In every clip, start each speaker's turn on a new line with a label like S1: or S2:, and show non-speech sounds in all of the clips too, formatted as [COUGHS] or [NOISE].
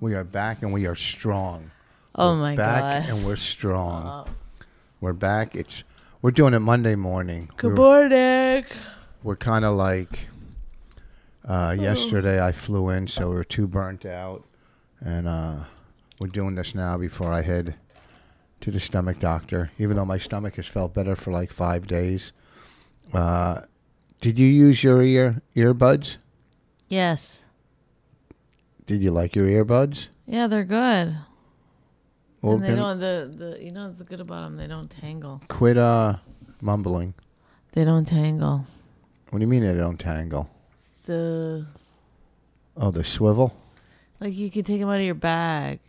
S1: We are back and we are strong.
S2: Oh my
S1: back
S2: god.
S1: and we're strong. We're back. It's we're doing it Monday morning.
S2: Good
S1: We're-
S2: morning.
S1: we're kind of like uh,
S2: Oh.
S1: yesterday I flew in, so we are too burnt out, and uh, we're doing this now before I head to the stomach doctor. Even though my stomach has felt better for like five days. Uh, did you use your ear earbuds?
S2: Yes.
S1: Did you like your earbuds?
S2: Yeah, they're good.
S1: Well,
S2: and they
S1: then
S2: don't the, the you know what's good about them? They don't tangle.
S1: quit uh, mumbling.
S2: They don't tangle.
S1: What do you mean they don't tangle?
S2: The
S1: Oh, the swivel.
S2: like you can take them out of your bag.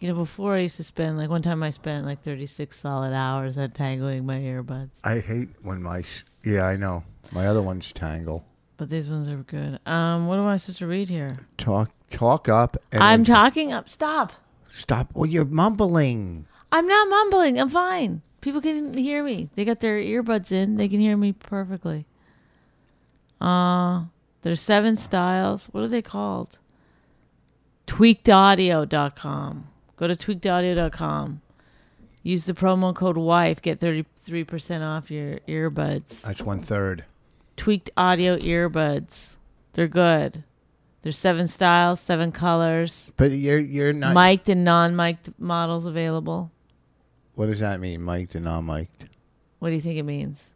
S2: You know, before I used to spend like one time I spent like thirty six solid hours at tangling my earbuds,
S1: I hate when my s- yeah, I know my other ones tangle.
S2: but these ones are good. Um, what am I supposed to read here?
S1: Talk, talk up. And
S2: I'm
S1: then-
S2: talking up. Stop.
S1: Stop. Well, you're mumbling.
S2: I'm not mumbling. I'm fine. People can hear me. They got their earbuds in. They can hear me perfectly. Uh, there's seven styles. What are they called? Tweakedaudio.com. Go to tweakedaudio.com. Use the promo code WIFE. Get 33% off your earbuds.
S1: That's one third.
S2: Tweaked audio earbuds. They're good. There's seven styles, seven colors,
S1: But you're you're not.
S2: mic'd and non mic'd models available.
S1: What does that mean, mic'd and non-mic'd?
S2: What do you think it means?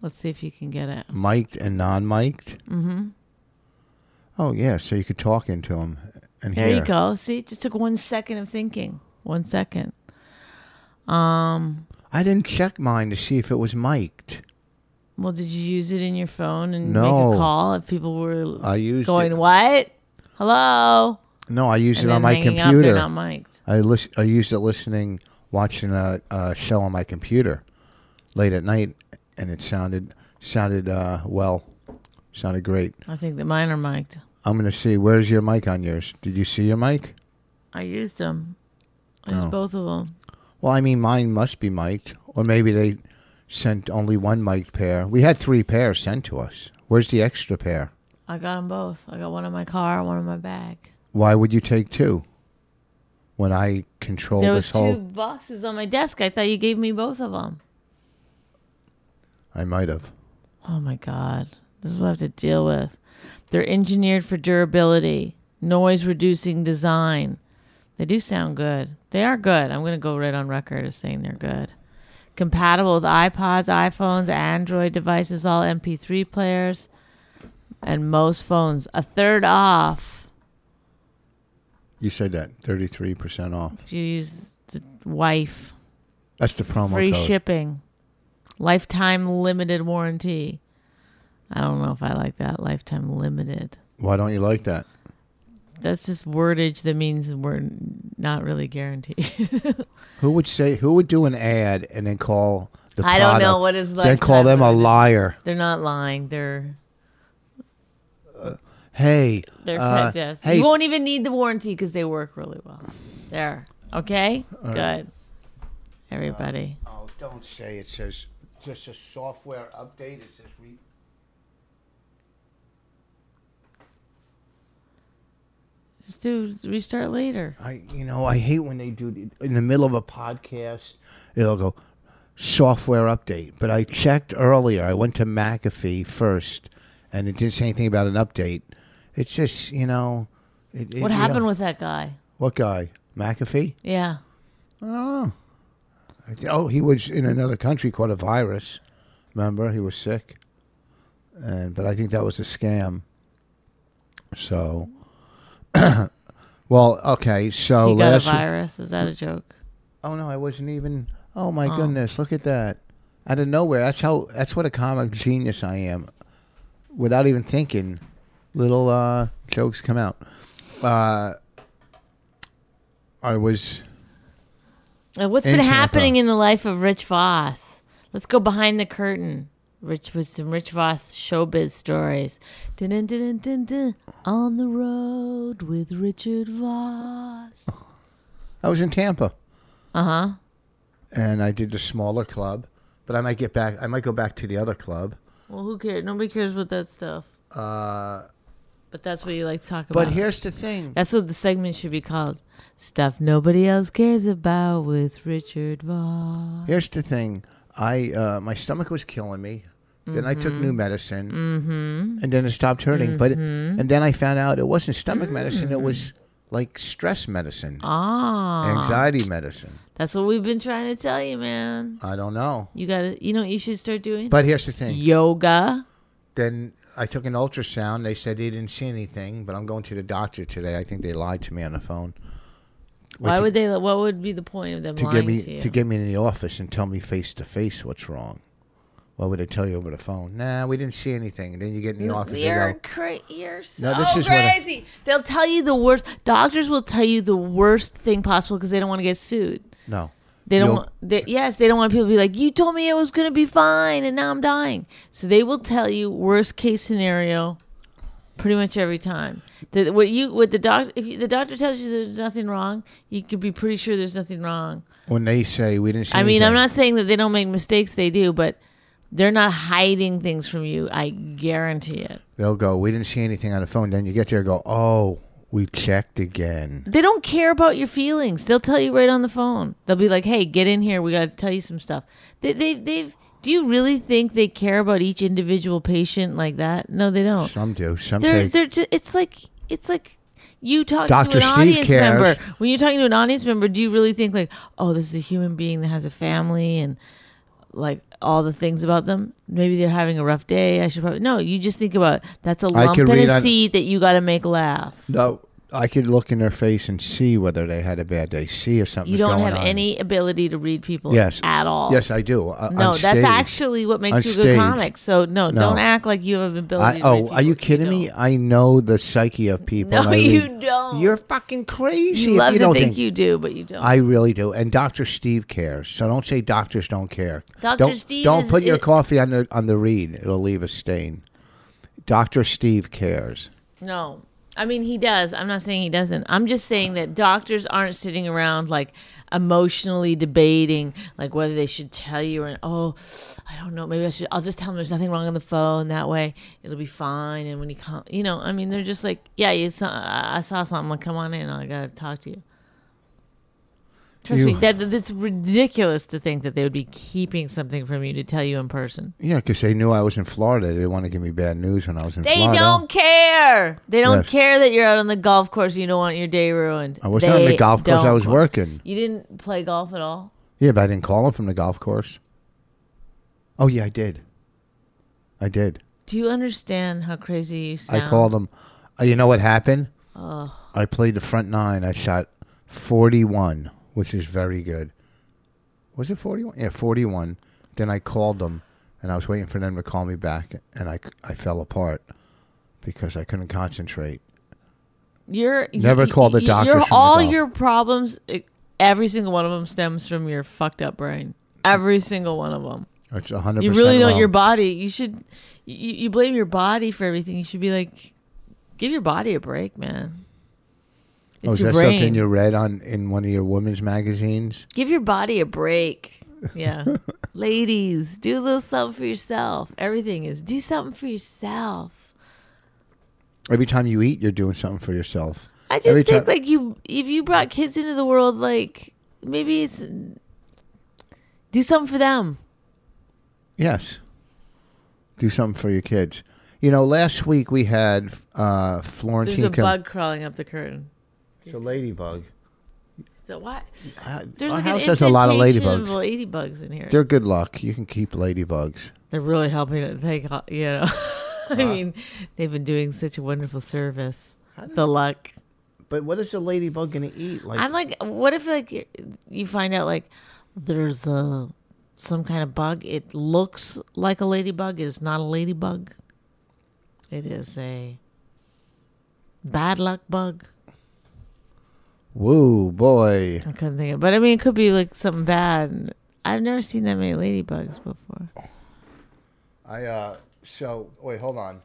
S2: Let's see if you can get it.
S1: Mic'd and non-mic'd. Mm-hmm. Oh yeah, so you could talk into them and
S2: There
S1: hear.
S2: you go. See, it just took one second of thinking. One second. Um,
S1: I didn't check mine to see if it was mic'd.
S2: Well, did you use it in your phone and
S1: No.
S2: make a call if people were
S1: I used
S2: going,
S1: it.
S2: what? Hello?
S1: No, I used
S2: And
S1: it on
S2: then
S1: my
S2: hanging up, they're
S1: computer.
S2: not mic'd.
S1: I lis- I used it listening, watching a, a show on my computer late at night, and it sounded sounded uh, well, sounded great.
S2: I think that mine are mic'd.
S1: I'm gonna see. Where's your mic on yours? Did you see your mic?
S2: I used them. I used
S1: Oh.
S2: both of them.
S1: Well, I mean, mine must be mic'd, or maybe they sent only one mic pair. We had three pairs sent to us. Where's the extra pair?
S2: I got them both. I got one in my car, one in my bag.
S1: Why would you take two? When I control
S2: there
S1: this
S2: was
S1: whole,
S2: two boxes on my desk. I thought you gave me both of them.
S1: I might have.
S2: Oh my God. This is what I have to deal with. They're engineered for durability, noise reducing design. They do sound good. They are good. I'm going to go right on record as saying they're good. Compatible with iPods, iPhones, Android devices, all MP3 players, and most phones. A third off
S1: You said that thirty-three percent off.
S2: if you use the wife.
S1: That's the promo
S2: Free
S1: code.
S2: shipping, lifetime limited warranty. I don't know if I like that. Lifetime limited.
S1: Why don't you like that?
S2: That's just wordage that means we're not really guaranteed. [LAUGHS]
S1: Who would say? Who would do an ad and then call the?
S2: I don't know
S1: product,
S2: what is like.
S1: Then call them a liar.
S2: They're not lying. They're
S1: Hey,
S2: they're
S1: uh,
S2: fantastic.
S1: hey,
S2: You won't even need the warranty because they work really well. There. Okay. Good. Everybody.
S1: Oh, don't say it says just a software update. It says re-
S2: just do restart later.
S1: I you know I hate when they do the, in the middle of a podcast. It'll go software update, but I checked earlier. I went to McAfee first, and it didn't say anything about an update. It's just you know. It, it-
S2: What
S1: you
S2: happened
S1: know-
S2: with that guy?
S1: what guy McAfee?
S2: Yeah.
S1: Oh. Oh, he was in another country caught a virus. Remember, he was sick. and but I think that was a scam. So, [COUGHS] well, okay. So
S2: he got a
S1: Oh, last.
S2: virus. Is that a joke?
S1: oh no, I wasn't even. Oh my goodness! Look at that. Out of nowhere. That's how. That's what a comic genius I am. Without even thinking, little uh, jokes come out. Uh, I was.
S2: Uh, What's been
S1: Internet,
S2: happening
S1: huh?
S2: in the life of Rich Voss? Let's go behind the curtain. Rich with some Rich Voss showbiz stories. Dun, dun, dun, dun, dun. On the road with Richard Voss.
S1: I was in Tampa.
S2: Uh huh.
S1: and I did the smaller club, but I might get back. I might go back to the other club.
S2: Well, who cares? Nobody cares about that stuff.
S1: Uh,
S2: But that's what you like to talk about.
S1: but here's the thing.
S2: that's what the segment should be called. Stuff nobody else cares about with Richard Voss.
S1: Here's the thing. I uh, my stomach was killing me. Then I took new medicine, mm-hmm. and then it stopped hurting. But and then I found out it wasn't stomach medicine. It was like stress medicine,
S2: Ah,
S1: anxiety medicine.
S2: that's what we've been trying to tell you, man.
S1: I don't know.
S2: You gotta, you know, what you should start doing.
S1: But here's the thing.
S2: yoga.
S1: Then I took an ultrasound. They said they didn't see anything, but I'm going to the doctor today. I think they lied to me on the phone.
S2: Why
S1: Wait,
S2: would they? What would be the point of them
S1: to
S2: lying
S1: get me
S2: to you?
S1: to, get me in the office and tell me face to face what's wrong. Why would they tell you over the phone? Nah, we didn't see anything. And then you get in the office
S2: you're,
S1: and go,
S2: cra- you're so
S1: No, this is what I-
S2: crazy. They'll tell you the worst. Doctors will tell you the worst thing possible because they don't want to get sued.
S1: no.
S2: They don't.
S1: You'll-
S2: Want, they, yes, they don't want people to be like, "You told me it was going to be fine, and now I'm dying." So they will tell you worst case scenario, pretty much every time. That what you what the doctor if you, the doctor tells you there's nothing wrong, you could be pretty sure there's nothing wrong.
S1: when they say we didn't see
S2: I mean, I'm
S1: anything,
S2: not saying that they don't make mistakes; they do, but they're not hiding things from you. I guarantee it.
S1: they'll go, We didn't see anything on the phone. Then you get there and go, Oh, we checked again.
S2: They don't care about your feelings. They'll tell you right on the phone. They'll be like, "Hey, get in here. We got to tell you some stuff." They, they, they've. Do you really think they care about each individual patient like that? No, they don't.
S1: Some do. Some
S2: They're,
S1: take
S2: they're. Just, it's like, it's like. You talking
S1: Dr.
S2: to an
S1: Steve
S2: audience
S1: cares.
S2: member. When you're talking to an audience member, do you really think like, oh, this is a human being that has a family and like all the things about them? Maybe they're having a rough day. I should probably no. You just think about that's a
S1: I
S2: lump
S1: could
S2: in
S1: read
S2: a
S1: on-
S2: seed that you got to make laugh.
S1: No. I could look in their face and see whether they had a bad day, see if something
S2: You
S1: was
S2: don't
S1: going
S2: have
S1: on.
S2: any ability to read people
S1: yes.
S2: at all.
S1: Yes, I do. Uh,
S2: No,
S1: on
S2: that's
S1: stage.
S2: actually what makes
S1: On
S2: you a good
S1: stage.
S2: comic. So no,
S1: No.
S2: don't act like you have ability
S1: I,
S2: to read
S1: oh,
S2: people.
S1: are you kidding me?
S2: don't.
S1: I know the psyche of people.
S2: No,
S1: and I
S2: you
S1: read-
S2: don't.
S1: You're fucking crazy.
S2: You
S1: if
S2: love
S1: you
S2: to
S1: don't
S2: think, you do, but you don't.
S1: I really do. And Doctor Steve cares. So don't say doctors don't care.
S2: Dr.
S1: Don't,
S2: Steve
S1: don't
S2: is-
S1: put your
S2: is-
S1: coffee on the on the reed. It'll leave a stain. Doctor Steve cares.
S2: no. I mean, he does. I'm not saying he doesn't. I'm just saying that doctors aren't sitting around like emotionally debating like whether they should tell you and oh, I don't know. Maybe I should. I'll just tell him there's nothing wrong on the phone. That way it'll be fine. And when he comes, you know, I mean, they're just like, yeah, you saw, I I saw something. Like, come on in. I gotta talk to you. Trust
S1: You-
S2: me, that that- that's ridiculous to think that they would be keeping something from you to tell you in person.
S1: Yeah, because they knew I was in Florida. They didn't want to give me bad news when I was in
S2: They
S1: Florida.
S2: don't care. They don't
S1: Yes.
S2: care that you're out on the golf course. You don't want your day ruined.
S1: I wasn't on
S2: They
S1: the golf course. I
S2: don't
S1: was
S2: care.
S1: working.
S2: You didn't play golf at all.
S1: Yeah, but I didn't call them from the golf course. Oh yeah, I did. I did.
S2: Do you understand how crazy you sound?
S1: I called them. Uh, you know what happened? I played the front nine. I shot 41, which is very good. Was it 41? Yeah, 41. Then I called them, and I was waiting for them to call me back, and I, I fell apart because I couldn't concentrate.
S2: You're
S1: Never
S2: you-
S1: call the
S2: you-
S1: doctors
S2: you're-
S1: from the
S2: all
S1: golf.
S2: your problems, e- every single one of them stems from your fucked up brain. Every single one of them.
S1: It's 100%.
S2: You really don't.
S1: wrong.
S2: Your body. You should. You, you blame your body for everything. You should be like, give your body a break, man. It's
S1: Oh, is
S2: your
S1: that
S2: brain.
S1: something you read on in one of your women's magazines?
S2: Give your body a break. Yeah. [LAUGHS] Ladies, do a little something for yourself. Everything is do something for yourself.
S1: Every time you eat, you're doing something for yourself.
S2: I just
S1: Every
S2: think
S1: ti-
S2: like you if you brought kids into the world like maybe it's do something for them.
S1: Yes. Do something for your kids. You know, last week we had uh, Florentine.
S2: There's a
S1: Kim-
S2: bug crawling up the curtain.
S1: It's a ladybug.
S2: So what?
S1: How-
S2: There's
S1: Uh, our
S2: like
S1: house
S2: an
S1: has a lot of
S2: indentation
S1: ladybugs.
S2: of ladybugs in here. They're,
S1: They're good luck. You can keep ladybugs.
S2: really helping it. They got, you know. [LAUGHS] I mean, they've been doing such a wonderful service. The luck.
S3: But what is the ladybug gonna eat? Like,
S2: I'm like, what if like y- you find out like there's a some kind of bug? It looks like a ladybug. It is not a ladybug. It is a bad luck bug.
S1: Woo, boy.
S2: I couldn't think of, but I mean, it could be like something bad. I've never seen that many ladybugs before.
S1: I uh so wait, hold on.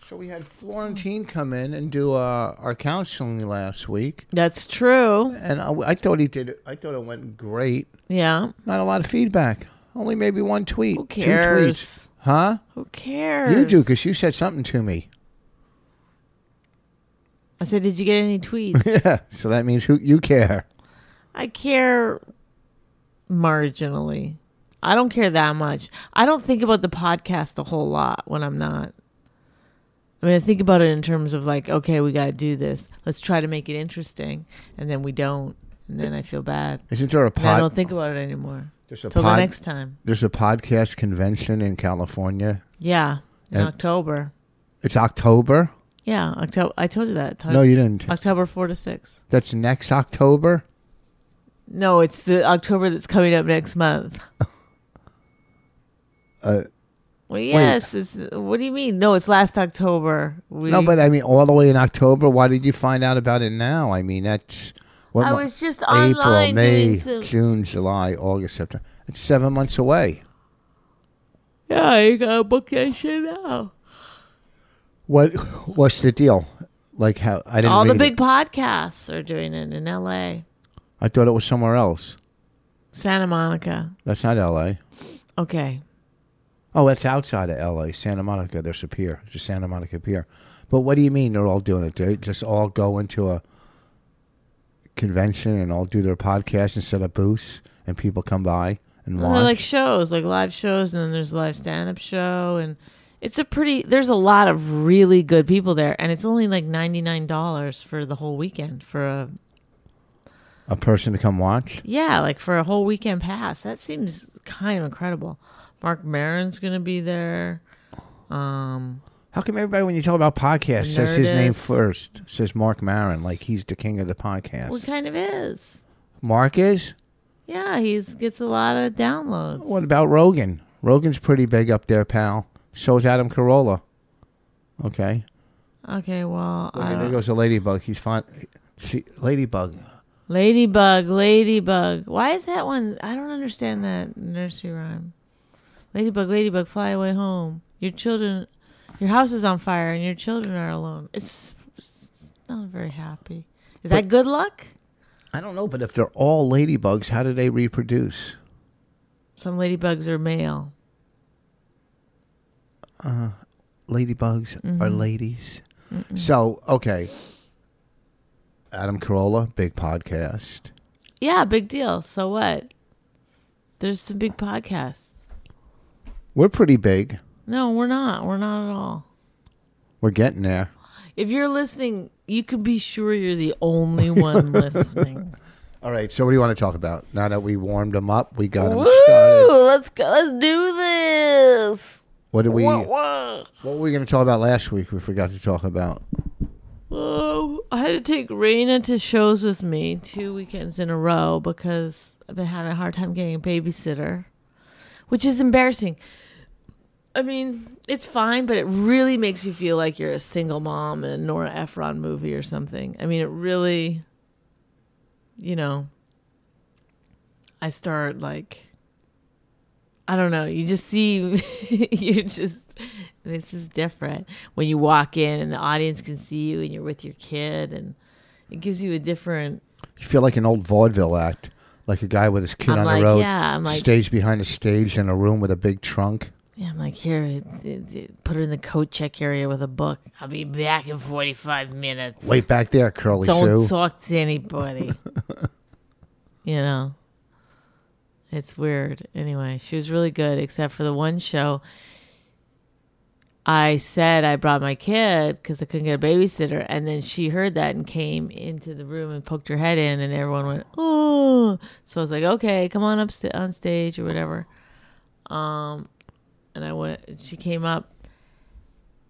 S1: So we had Florentine come in and do uh, our counseling last week,
S2: That's true.
S1: and I, I thought he did. I thought it went great.
S2: Yeah.
S1: Not a lot of feedback. Only maybe one tweet.
S2: Who
S1: Two
S2: cares?
S1: tweets. Huh?
S2: Who cares?
S1: You do because you said something to me. [LAUGHS]
S2: I said, did you get
S1: [LAUGHS]
S2: any tweets?
S1: Yeah. So that means who you care.
S2: I care marginally. I don't care that much. I don't think about the podcast a whole lot when I'm not. I mean, I think about it in terms of like, okay, we got to do this. Let's try to make it interesting, and then we don't, and then I feel bad.
S1: Isn't there a
S2: And I don't
S1: pod?
S2: think about it anymore
S1: There's a
S2: till the
S1: pod-
S2: next time.
S1: There's a podcast convention in California.
S2: Yeah, in
S1: And-
S2: October.
S1: It's October.
S2: Yeah, October. I told you that. Todd.
S1: No, you didn't.
S2: October four to six.
S1: That's next October.
S2: No, it's the October that's coming up next month.
S1: Uh,
S2: Well, yes. It's, what do you mean? No, it's last October. We,
S1: No, but I mean, all the way in October. Why did you find out about it now? I mean, that's what
S2: I
S1: mo-
S2: was just
S1: April,
S2: online
S1: May,
S2: doing some.
S1: June, July, August, September. It's seven months away.
S2: Yeah, you gotta book that shit now.
S1: What? What's the deal? Like how I didn't
S2: All the
S1: read
S2: big
S1: It.
S2: podcasts are doing it in L.A.
S1: I thought it was somewhere else.
S2: Santa Monica.
S1: That's not L.A.
S2: Okay.
S1: Oh, that's outside of L.A. Santa Monica. There's a pier. There's a Santa Monica pier. But what do you mean they're all doing it? They just all go into a convention and all do their podcast and set up booths, and people come by and
S2: Well,
S1: watch.
S2: they're like shows, like live shows, and then there's a live stand up show, and it's a pretty. There's a lot of really good people there, and it's only like ninety nine dollars for the whole weekend for a
S1: a person to come watch.
S2: yeah, like for a whole weekend pass. That seems kind of incredible. Mark Maron's gonna be there. Um,
S1: How come everybody, when you talk about podcasts, says his name
S2: Nerdist.
S1: first? Says Mark Maron, like he's the king of the podcast.
S2: well, he kind of is.
S1: Mark is.
S2: Yeah, he's gets a lot of downloads.
S1: What about Rogan? Rogan's pretty big up there, pal. So is Adam Carolla. Okay.
S2: Okay, well, uh, I
S1: there
S2: don't-
S1: goes a ladybug. He's fine. She, ladybug.
S2: Ladybug, Ladybug. Why is that one? I don't understand that nursery rhyme. Ladybug, Ladybug, fly away home. Your children, your house is on fire and your children are alone. It's, it's not very happy. Is that good luck?
S1: I don't know, but if they're all ladybugs, how do they reproduce?
S2: Some ladybugs are male.
S1: Ladybugs are
S2: Mm-hmm.
S1: ladies. So okay. Adam Carolla, big podcast.
S2: Yeah, big deal. So what? There's some big podcasts.
S1: We're pretty big.
S2: No, we're not. We're not at all.
S1: We're getting there.
S2: If you're listening, you can be sure you're the only [LAUGHS] one listening.
S1: All right, so what do you want to talk about? Now that we warmed them up, we got them started.
S2: Woo! Let's go. Let's do this.
S1: What did we?
S2: Wah,
S1: What
S2: wah.
S1: were we going to talk about last week? We forgot to talk about.
S2: Oh, I had to take Raina to shows with me two weekends in a row because I've been having a hard time getting a babysitter, which is embarrassing. I mean, it's fine, but it really makes you feel like you're a single mom in a Nora Ephron movie or something. I mean, it really, you know, I start like, I don't know, you just see, [LAUGHS] you're just, this is different when you walk in and the audience can see you and you're with your kid and it gives you a different,
S1: You feel like an old vaudeville act, like a guy with his kid
S2: I'm
S1: on
S2: like,
S1: the road,
S2: yeah, I'm like-
S1: stage behind a stage in a room with a big trunk.
S2: yeah, I'm like, here, it- it- it- put her in the coat check area with a book. I'll be back in 45 minutes.
S1: Wait back there, Curly
S2: don't
S1: Sue.
S2: talk to anybody. you know, it's weird. Anyway, she was really good, except for the one show. I said I brought my kid because I couldn't get a babysitter, and then she heard that and came into the room and poked her head in, and everyone went oh. So I was like, okay, come on up st- on stage or whatever. Um, and I went. She came up,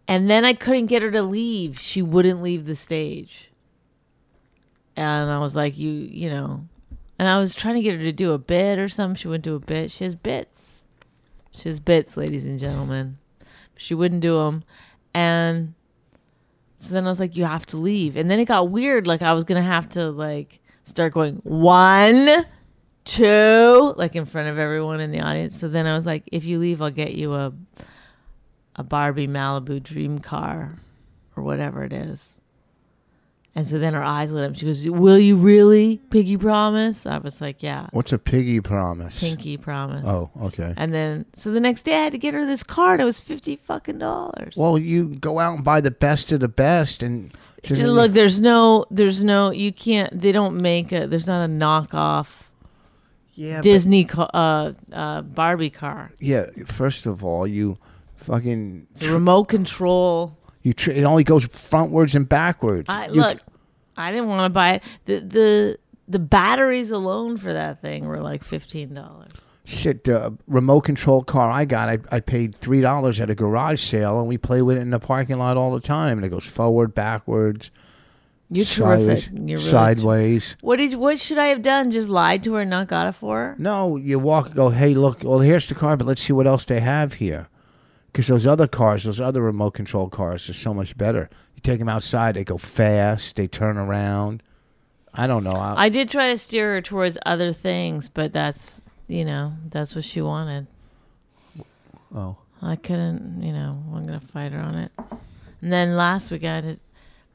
S2: and then I couldn't get her to leave. She wouldn't leave the stage. And I was like, you, you know, and I was trying to get her to do a bit or something. She wouldn't do a bit. She has bits. She has bits, ladies and gentlemen. She wouldn't do them, and so then I was like, you have to leave. And then it got weird. Like I was gonna have to like start going one, two, like in front of everyone in the audience. So then I was like, if you leave, I'll get you a a Barbie Malibu dream car or whatever it is. And so then her eyes lit up. She goes, Will you really? Piggy promise? I was like, Yeah.
S1: What's a piggy promise?
S2: Pinky promise.
S1: Oh, okay.
S2: And then so the next day I had to get her this card. It was fifty fucking dollars.
S1: Well, you go out and buy the best of the best, and just,
S2: Yeah, Look, there's no, there's no, you can't. They don't make a. There's not a knockoff
S3: Yeah,
S2: Disney ca- uh, uh, Barbie car.
S1: yeah. First of all, you fucking
S2: It's a remote control.
S1: you. Tr- it only goes frontwards and backwards.
S2: I
S1: You-
S2: look. I didn't want to buy it. The the the batteries alone for that thing were like fifteen dollars.
S1: shit. The remote control car I got, I, I paid three dollars at a garage sale, and we play with it in the parking lot all the time. And it goes forward, backwards,
S2: You're
S1: sideways,
S2: terrific. You're really
S1: sideways.
S2: What did? What should I have done? Just lied to her and not got it for her?
S1: No, you walk. and Go. Hey, look. Well, here's the car, but let's see what else they have here. Because those other cars, those other remote control cars, are so much better. You take them outside; they go fast. They turn around. I don't know. I,
S2: I did try to steer her towards other things, but that's you know that's what she wanted.
S1: oh,
S2: I couldn't, you know, I'm gonna fight her on it. And then last week I had,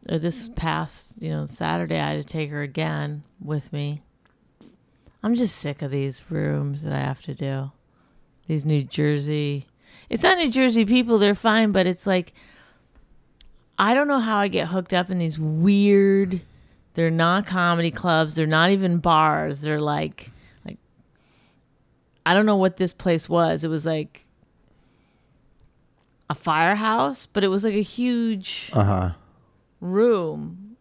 S2: to, or this past, you know, Saturday I had to take her again with me. I'm just sick of these rooms that I have to do. These New Jersey, it's not New Jersey people; they're fine, but it's like, I don't know how I get hooked up in these weird. They're not comedy clubs. They're not even bars. They're like, like, I don't know what this place was. It was like a firehouse, but it was like a huge room,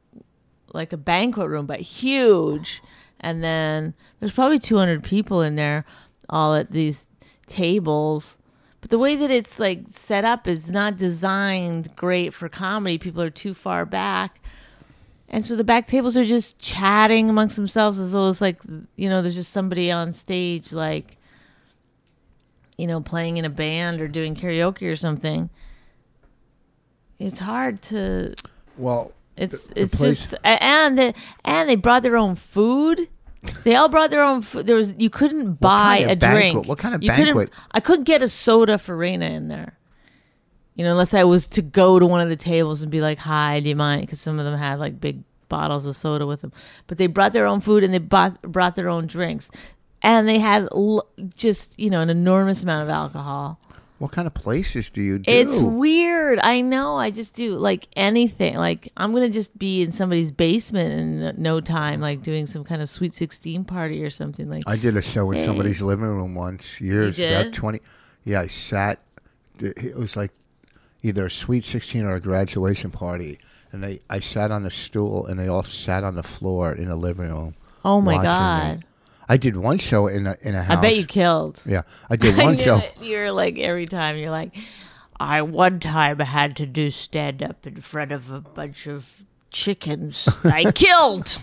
S2: like a banquet room, but huge. And then there's probably 200 people in there, all at these tables. But the way that it's like set up is not designed great for comedy. People are too far back. And so the back tables are just chatting amongst themselves as though it's like, you know, there's just somebody on stage, like, you know, playing in a band or doing karaoke or something. It's hard to
S1: well,
S2: it's
S1: the- the
S2: it's
S1: place-
S2: just a- and the, and they brought their own food. They all brought their own food. There was you couldn't buy
S1: kind of
S2: a
S1: banquet?
S2: drink.
S1: What kind of
S2: You couldn't-
S1: banquet?
S2: I couldn't get a soda for Raina in there. You know, unless I was to go to one of the tables and be like, "Hi, do you mind?" Because some of them had like big bottles of soda with them. But they brought their own food and they bought, brought their own drinks, and they had l- just you know an enormous amount of alcohol.
S1: what kind of places do you do?
S2: It's weird. I know. I just do like anything. Like I'm gonna just be in somebody's basement in n- no time, like doing some kind of sweet sixteen party or something. Like
S1: I did a show in
S2: Hey.
S1: somebody's living room once years
S2: You
S1: about
S2: did?
S1: twenty. Yeah, I sat. It was like either a sweet sixteen or a graduation party, and they I sat on a stool, and they all sat on the floor in the living room.
S2: Oh, my
S1: watching me.
S2: God.
S1: I did one show in a in a house.
S2: I bet
S1: [LAUGHS]
S2: you killed.
S1: Yeah, I did
S2: [LAUGHS] I
S1: one
S2: knew
S1: show.
S2: it. You're like every time you're like, I one time had to do stand up in front of a bunch of
S1: [LAUGHS]
S2: chickens I killed.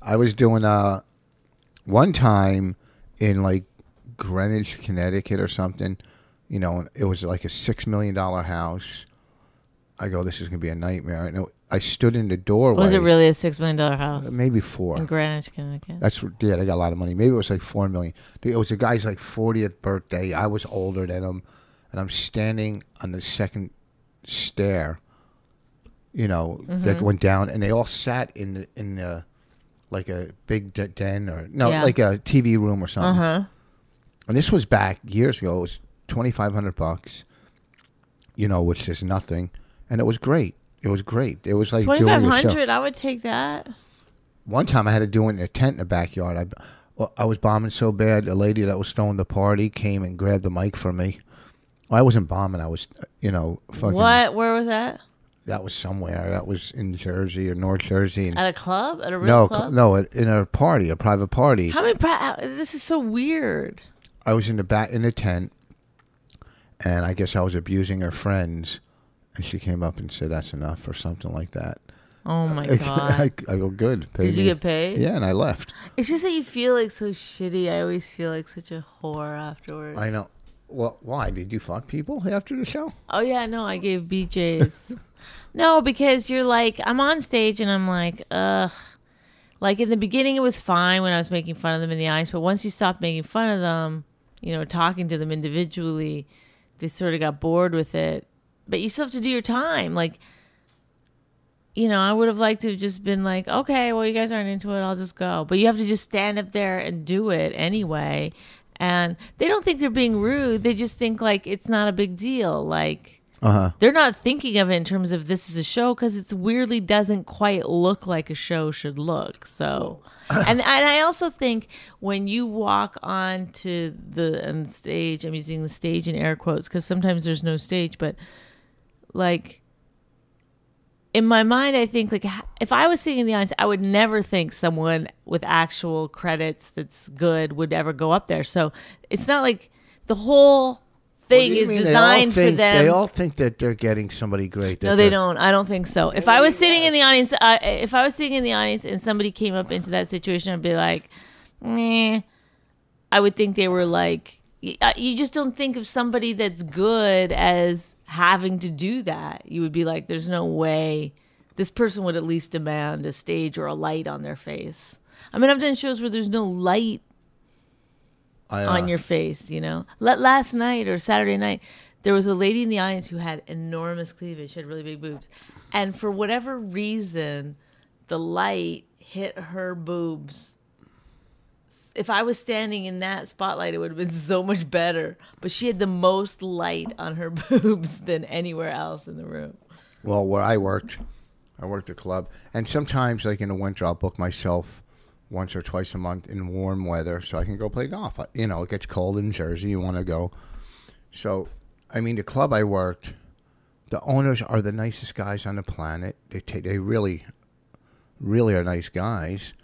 S1: I was doing uh one time in like Greenwich, Connecticut or something. You know, it was like a six million dollar house. I go, this is gonna be a nightmare. And it- I stood in the doorway.
S2: Was it really a six million dollar house
S1: Maybe four.
S2: in Greenwich, Connecticut?
S1: That's what- yeah, they got a lot of money. Maybe it was like four million. It was a guy's like fortieth birthday. I was older than him, and I'm standing on the second stair. You know,
S2: Mm-hmm.
S1: that went down, and they all sat in the, in the, like a big d- den or no,
S2: Yeah. Uh-huh.
S1: like a TV room or something. And this was back years ago. It was twenty five hundred bucks. You know, which is nothing, and it was great. It was great. It was like
S2: Twenty
S1: doing
S2: five
S1: a show
S2: hundred. I would take that.
S1: one time I had to do it in a tent in the backyard. I, well, I was bombing so bad, a lady that was throwing the party came and grabbed the mic from me. I wasn't bombing. I was, you know, fucking.
S2: What? Where was that?
S1: That was somewhere. That was in Jersey or North Jersey. And
S2: At a club? At a real
S1: no,
S2: club?
S1: no, in a party, a private party.
S2: How many? Pri- uh, this is so weird.
S1: I was in the back in the tent, and I guess I was abusing her friends, and she came up and said that's enough or something like that.
S2: Oh my
S1: [LAUGHS] I,
S2: god!
S1: I go good. pay
S4: Did you
S1: me."
S4: get paid?
S1: Yeah, and I left.
S4: It's just that you feel like so shitty. I always feel like such a whore afterwards.
S1: I know. Well, why did you fuck people after the show?
S4: Oh yeah, no, I gave
S1: [LAUGHS]
S4: BJ's.
S2: no, because you're like I'm on stage and I'm like, ugh. Like in the beginning, it was fine when I was making fun of them in the eyes, but once you stopped making fun of them, you know, talking to them individually, they sort of got bored with it. But you still have to do your time, like. You know, I would have liked to have just been like, okay, well, you guys aren't into it. I'll just go. But you have to just stand up there and do it anyway. And they don't think they're being rude. They just think like it's not a big deal. Like,
S1: Uh huh.
S2: they're not thinking of it in terms of this is a show because it's weirdly doesn't quite look like a show should look. So, and and I also think when you walk onto the on stage, I'm using the stage in air quotes because sometimes there's no stage, but like in my mind, I think like h- if I was sitting in the audience, I would never think someone with actual credits that's good would ever go up there. So it's not like the whole thing is designed
S1: they all think,
S2: for them.
S1: They all think that they're getting somebody great. that
S2: No, they
S1: they're-
S2: don't. I don't think so. If I was sitting in the audience, I if I was sitting in the audience and somebody came up into that situation, I'd be like, "Nah." I would think they were like, y- uh, you just don't think of somebody that's good as having to do that. You would be like, "There's no way this person would at least demand a stage or a light on their face." I mean, I've done shows where there's no light
S1: I, uh,
S2: on your face, you know. Let last night or Saturday night, there was a lady in the audience who had enormous cleavage, she had really big boobs. And for whatever reason, the light hit her boobs. If I was standing in that spotlight, it would have been [LAUGHS] so much better. But she had the most light on her [LAUGHS] boobs than anywhere else in the room.
S1: Well, where I worked, I worked a club, and sometimes, like in the winter, I'll book myself once or twice a month in warm weather so I can go play golf. I- You know, it gets cold in Jersey. You want to go. So, I mean, the club I worked, the owners are the nicest guys on the planet. They ta- they really, really are nice guys.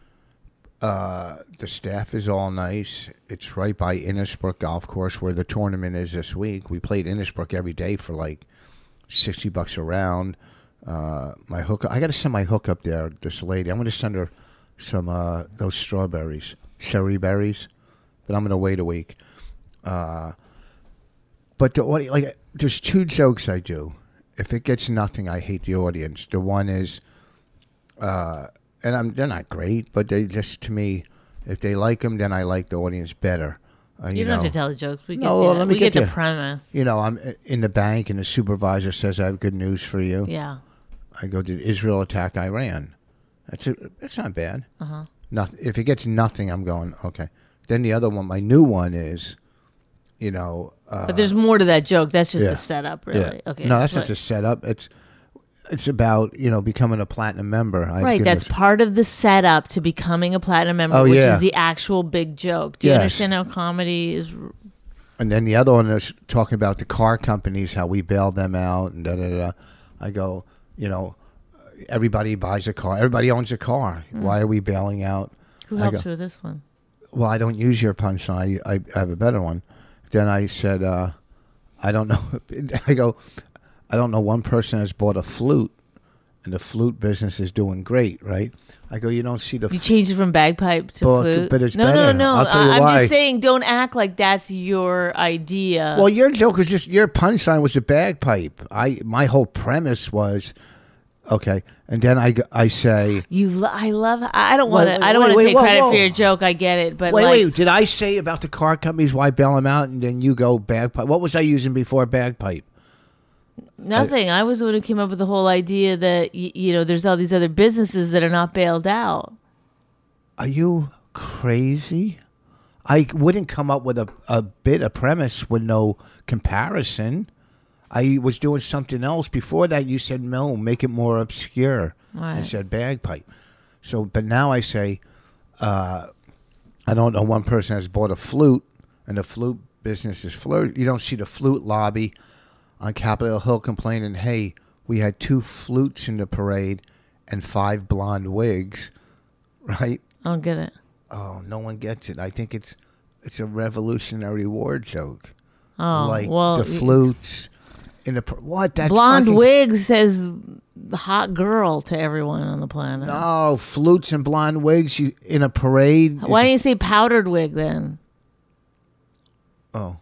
S1: Uh, the staff is all nice. It's right by Innisbrook Golf Course where the tournament is this week. We played Innisbrook every day for like sixty bucks a round. Uh, my hook. I got to send my hook up there. This lady. I'm going to send her some uh, those strawberries, cherry berries. But I'm going to wait a week. But the audience, like, there's two jokes I do. If it gets nothing, I hate the audience. The one is, uh, and I'm they're not great, but they just to me, if they like them, then I like the audience better. Uh,
S2: You,
S1: you,
S2: don't
S1: know,
S2: have to tell the jokes. We get,
S1: No,
S2: the,
S1: well, let me
S2: we
S1: get
S2: get,
S1: you-
S2: the premise.
S1: You know, I'm i- in the bank, and the supervisor says, "I have good news for you."
S2: Yeah.
S1: I go, "Did Israel attack Iran?" That's a, that's not bad. Uh-huh. Not, if it gets nothing, I'm going okay. Then the other one, my new one is, you know, uh,
S2: But there's more to that joke. That's just
S1: yeah.
S2: a setup, really. Okay.
S1: No, that's
S2: so-
S1: not just setup. It's it's about you know becoming a platinum member. I've
S2: Right,
S1: given
S2: that's
S1: this-
S2: part of the setup to becoming a platinum member,
S1: Oh,
S2: which
S1: yeah.
S2: is the actual big joke. Do you
S1: Yes.
S2: understand how comedy is?
S1: and then the other one is talking about the car companies, how we bailed them out, and da da da. da. I go, you know, everybody buys a car, everybody owns a car.
S2: Hmm.
S1: Why are we bailing out?
S2: Who
S1: I
S2: helps
S1: go-
S2: you with this one?
S1: well, I don't use your punchline. I, I, I have a better one. Then I said, uh, I don't know. [LAUGHS] I go, I don't know one person has bought a flute, and the flute business is doing great, right? I go, you don't see the
S2: You changed it from bagpipe to
S1: Well,
S2: flute.
S1: but it's
S2: no,
S1: better.
S2: no, no.
S1: I'll tell you
S2: I, am
S1: why.
S2: just saying, don't act like that's your idea.
S1: Well, your joke was just your punchline was the bagpipe. I my whole premise was okay, and then I g- I say
S2: you, lo- I love. I I don't
S1: Wait,
S2: want
S1: wait,
S2: to. I don't
S1: wait,
S2: want
S1: wait,
S2: to take
S1: whoa,
S2: credit
S1: whoa.
S2: for your joke. I get it, but
S1: wait
S2: like,
S1: wait did I say about the car companies why bail them out and then you go bagpipe? What was I using before bagpipe?
S2: nothing. I, was the one who came up with the whole idea that y- you know, there's all these other businesses that are not bailed out.
S1: Are you crazy? I wouldn't come up with a, a bit a premise with no comparison. I was doing something else before that. You said no, make it more obscure. I
S2: Right.
S1: said bagpipe. So, but now I say, uh, I don't know. One person has bought a flute, and the flute business is flirt. You don't see the flute lobby on Capitol Hill complaining, "Hey, we had two flutes in the parade and five blonde wigs," [LAUGHS] right?
S2: I don't get it.
S1: Oh, no one gets it. I think it's it's a Revolutionary War joke.
S2: Oh,
S1: like
S2: well,
S1: the
S2: y-
S1: flutes and the pr- what that's
S2: Blonde
S1: fucking-
S2: wig says hot girl to everyone on the planet.
S1: No, Oh, flutes and blonde wigs you, in a parade. is-
S2: Why don't you say powdered wig then?
S1: Oh,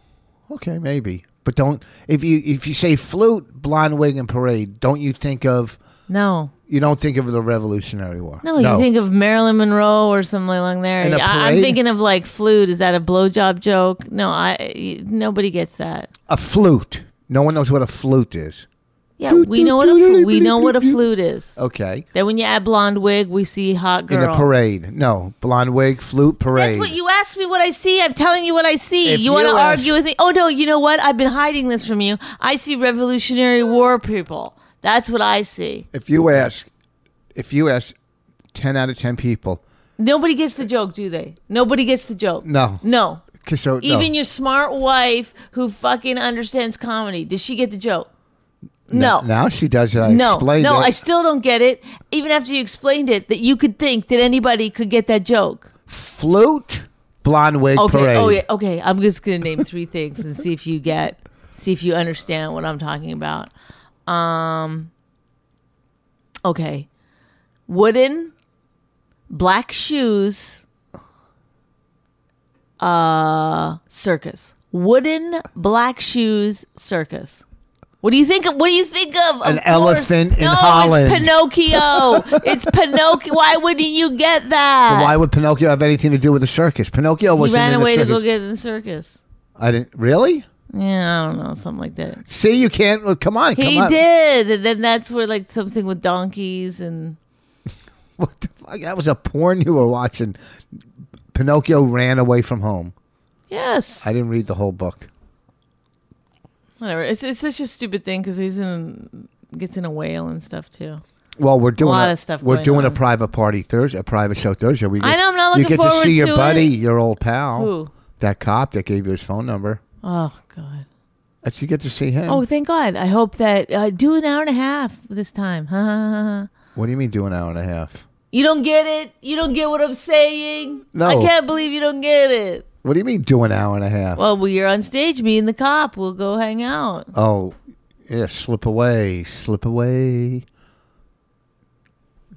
S1: okay, maybe. But don't if you if you say flute, blonde wig, and parade, don't you think of
S2: No.
S1: you don't think of the Revolutionary War?
S2: No, you think of Marilyn Monroe or something along there.
S1: And a
S2: I, I'm
S1: parade?
S2: thinking of like flute. Is that a blowjob joke? No, I nobody gets that.
S1: a flute. No one knows what a flute is.
S2: Yeah, we know what a fl- we know what a flute is.
S1: Okay,
S2: Then when you add blonde wig, we see hot girl.
S1: in a parade. No, blonde wig, flute, parade.
S2: That's what you asked me what I see. I'm telling you what I see.
S1: If
S2: you want to
S1: you ask-
S2: argue with me? Oh no, you know what? I've been hiding this from you. I see Revolutionary War people. That's what I see.
S1: if you ask, if you ask, ten out of ten people,
S2: Nobody gets the joke, do they? Nobody gets the joke.
S1: no,
S2: No.
S1: 'Cause so no.
S2: Even your smart wife who fucking understands comedy, does she get the joke? No.
S1: N- Now she does it. I
S2: No,
S1: explained
S2: no,
S1: it.
S2: I still don't get it. Even after you explained it, that you could think that anybody could get that joke.
S1: flute, blonde wig,
S2: Okay,
S1: parade.
S2: oh yeah, okay. I'm just gonna name three things and see if you get, see if you understand what I'm talking about. Um, okay, wooden, black shoes, uh, circus. Wooden black shoes circus. What do you think? Of, what do you think of? Of
S1: An
S2: course-
S1: elephant in
S2: no,
S1: Holland.
S2: It's Pinocchio.
S1: [LAUGHS]
S2: it's Pinocchio. Why wouldn't you get that?
S1: Why would Pinocchio have anything to do with the circus? Pinocchio
S2: uh, he
S1: was
S2: ran
S1: in
S2: away
S1: the
S2: to
S1: circus.
S2: go get in the circus.
S1: I didn't really.
S2: Yeah, I don't know, something like that.
S1: See, you can't. well, Come on,
S2: He
S1: come on.
S2: did, and then that's where like something with donkeys and
S1: [LAUGHS] What the fuck? That was a porn you were watching. Pinocchio ran away from home.
S2: yes,
S1: I didn't read the whole book.
S2: whatever. It's it's such a stupid thing because he's in gets in a whale and stuff too.
S1: Well, we're doing
S2: lot of stuff
S1: We're
S2: going
S1: doing a
S2: on.
S1: private party Thursday, a private show Thursday. We get,
S2: I know, I'm not
S1: you
S2: looking
S1: get to
S2: forward
S1: see
S2: to
S1: your
S2: it.
S1: buddy, your old pal,
S2: Who?
S1: that cop that gave you his phone number.
S2: Oh God.
S1: That's you get to see him.
S2: Oh, thank God. I hope that uh, do an hour and a half this time. [LAUGHS] Ha, ha, ha, ha.
S1: What do you mean, do an hour and a half?
S2: you don't get it. You don't get what I'm saying.
S1: No.
S2: I can't believe you don't get it.
S1: What do you mean, do an hour and a half?
S2: Well, we are on stage. Me and the cop. We'll go hang out.
S1: Oh, yeah, slip away, slip away.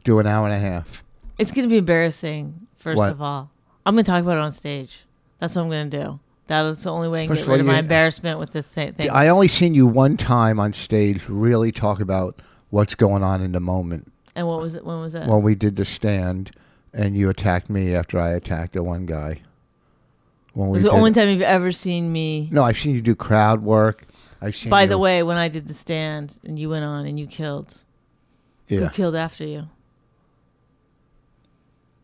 S1: Do an hour and a half.
S2: It's going to be embarrassing, first
S1: What?
S2: of all. I'm going to talk about it on stage. That's what I'm going to do. That's the only way I can
S1: First of
S2: get rid
S1: all,
S2: of my
S1: you-
S2: embarrassment with this thi- thing.
S1: I only seen you one time on stage really talk about what's going on in the moment
S2: and what was it? When was that?
S1: when we did the stand, and you attacked me after I attacked the one guy. When
S2: it
S1: we
S2: was the
S1: did-
S2: only time you've ever seen me.
S1: No, I've seen you do crowd work. I've seen.
S2: By
S1: you-
S2: the way, when I did the stand and you went on and you killed,
S1: yeah,
S2: who killed after you?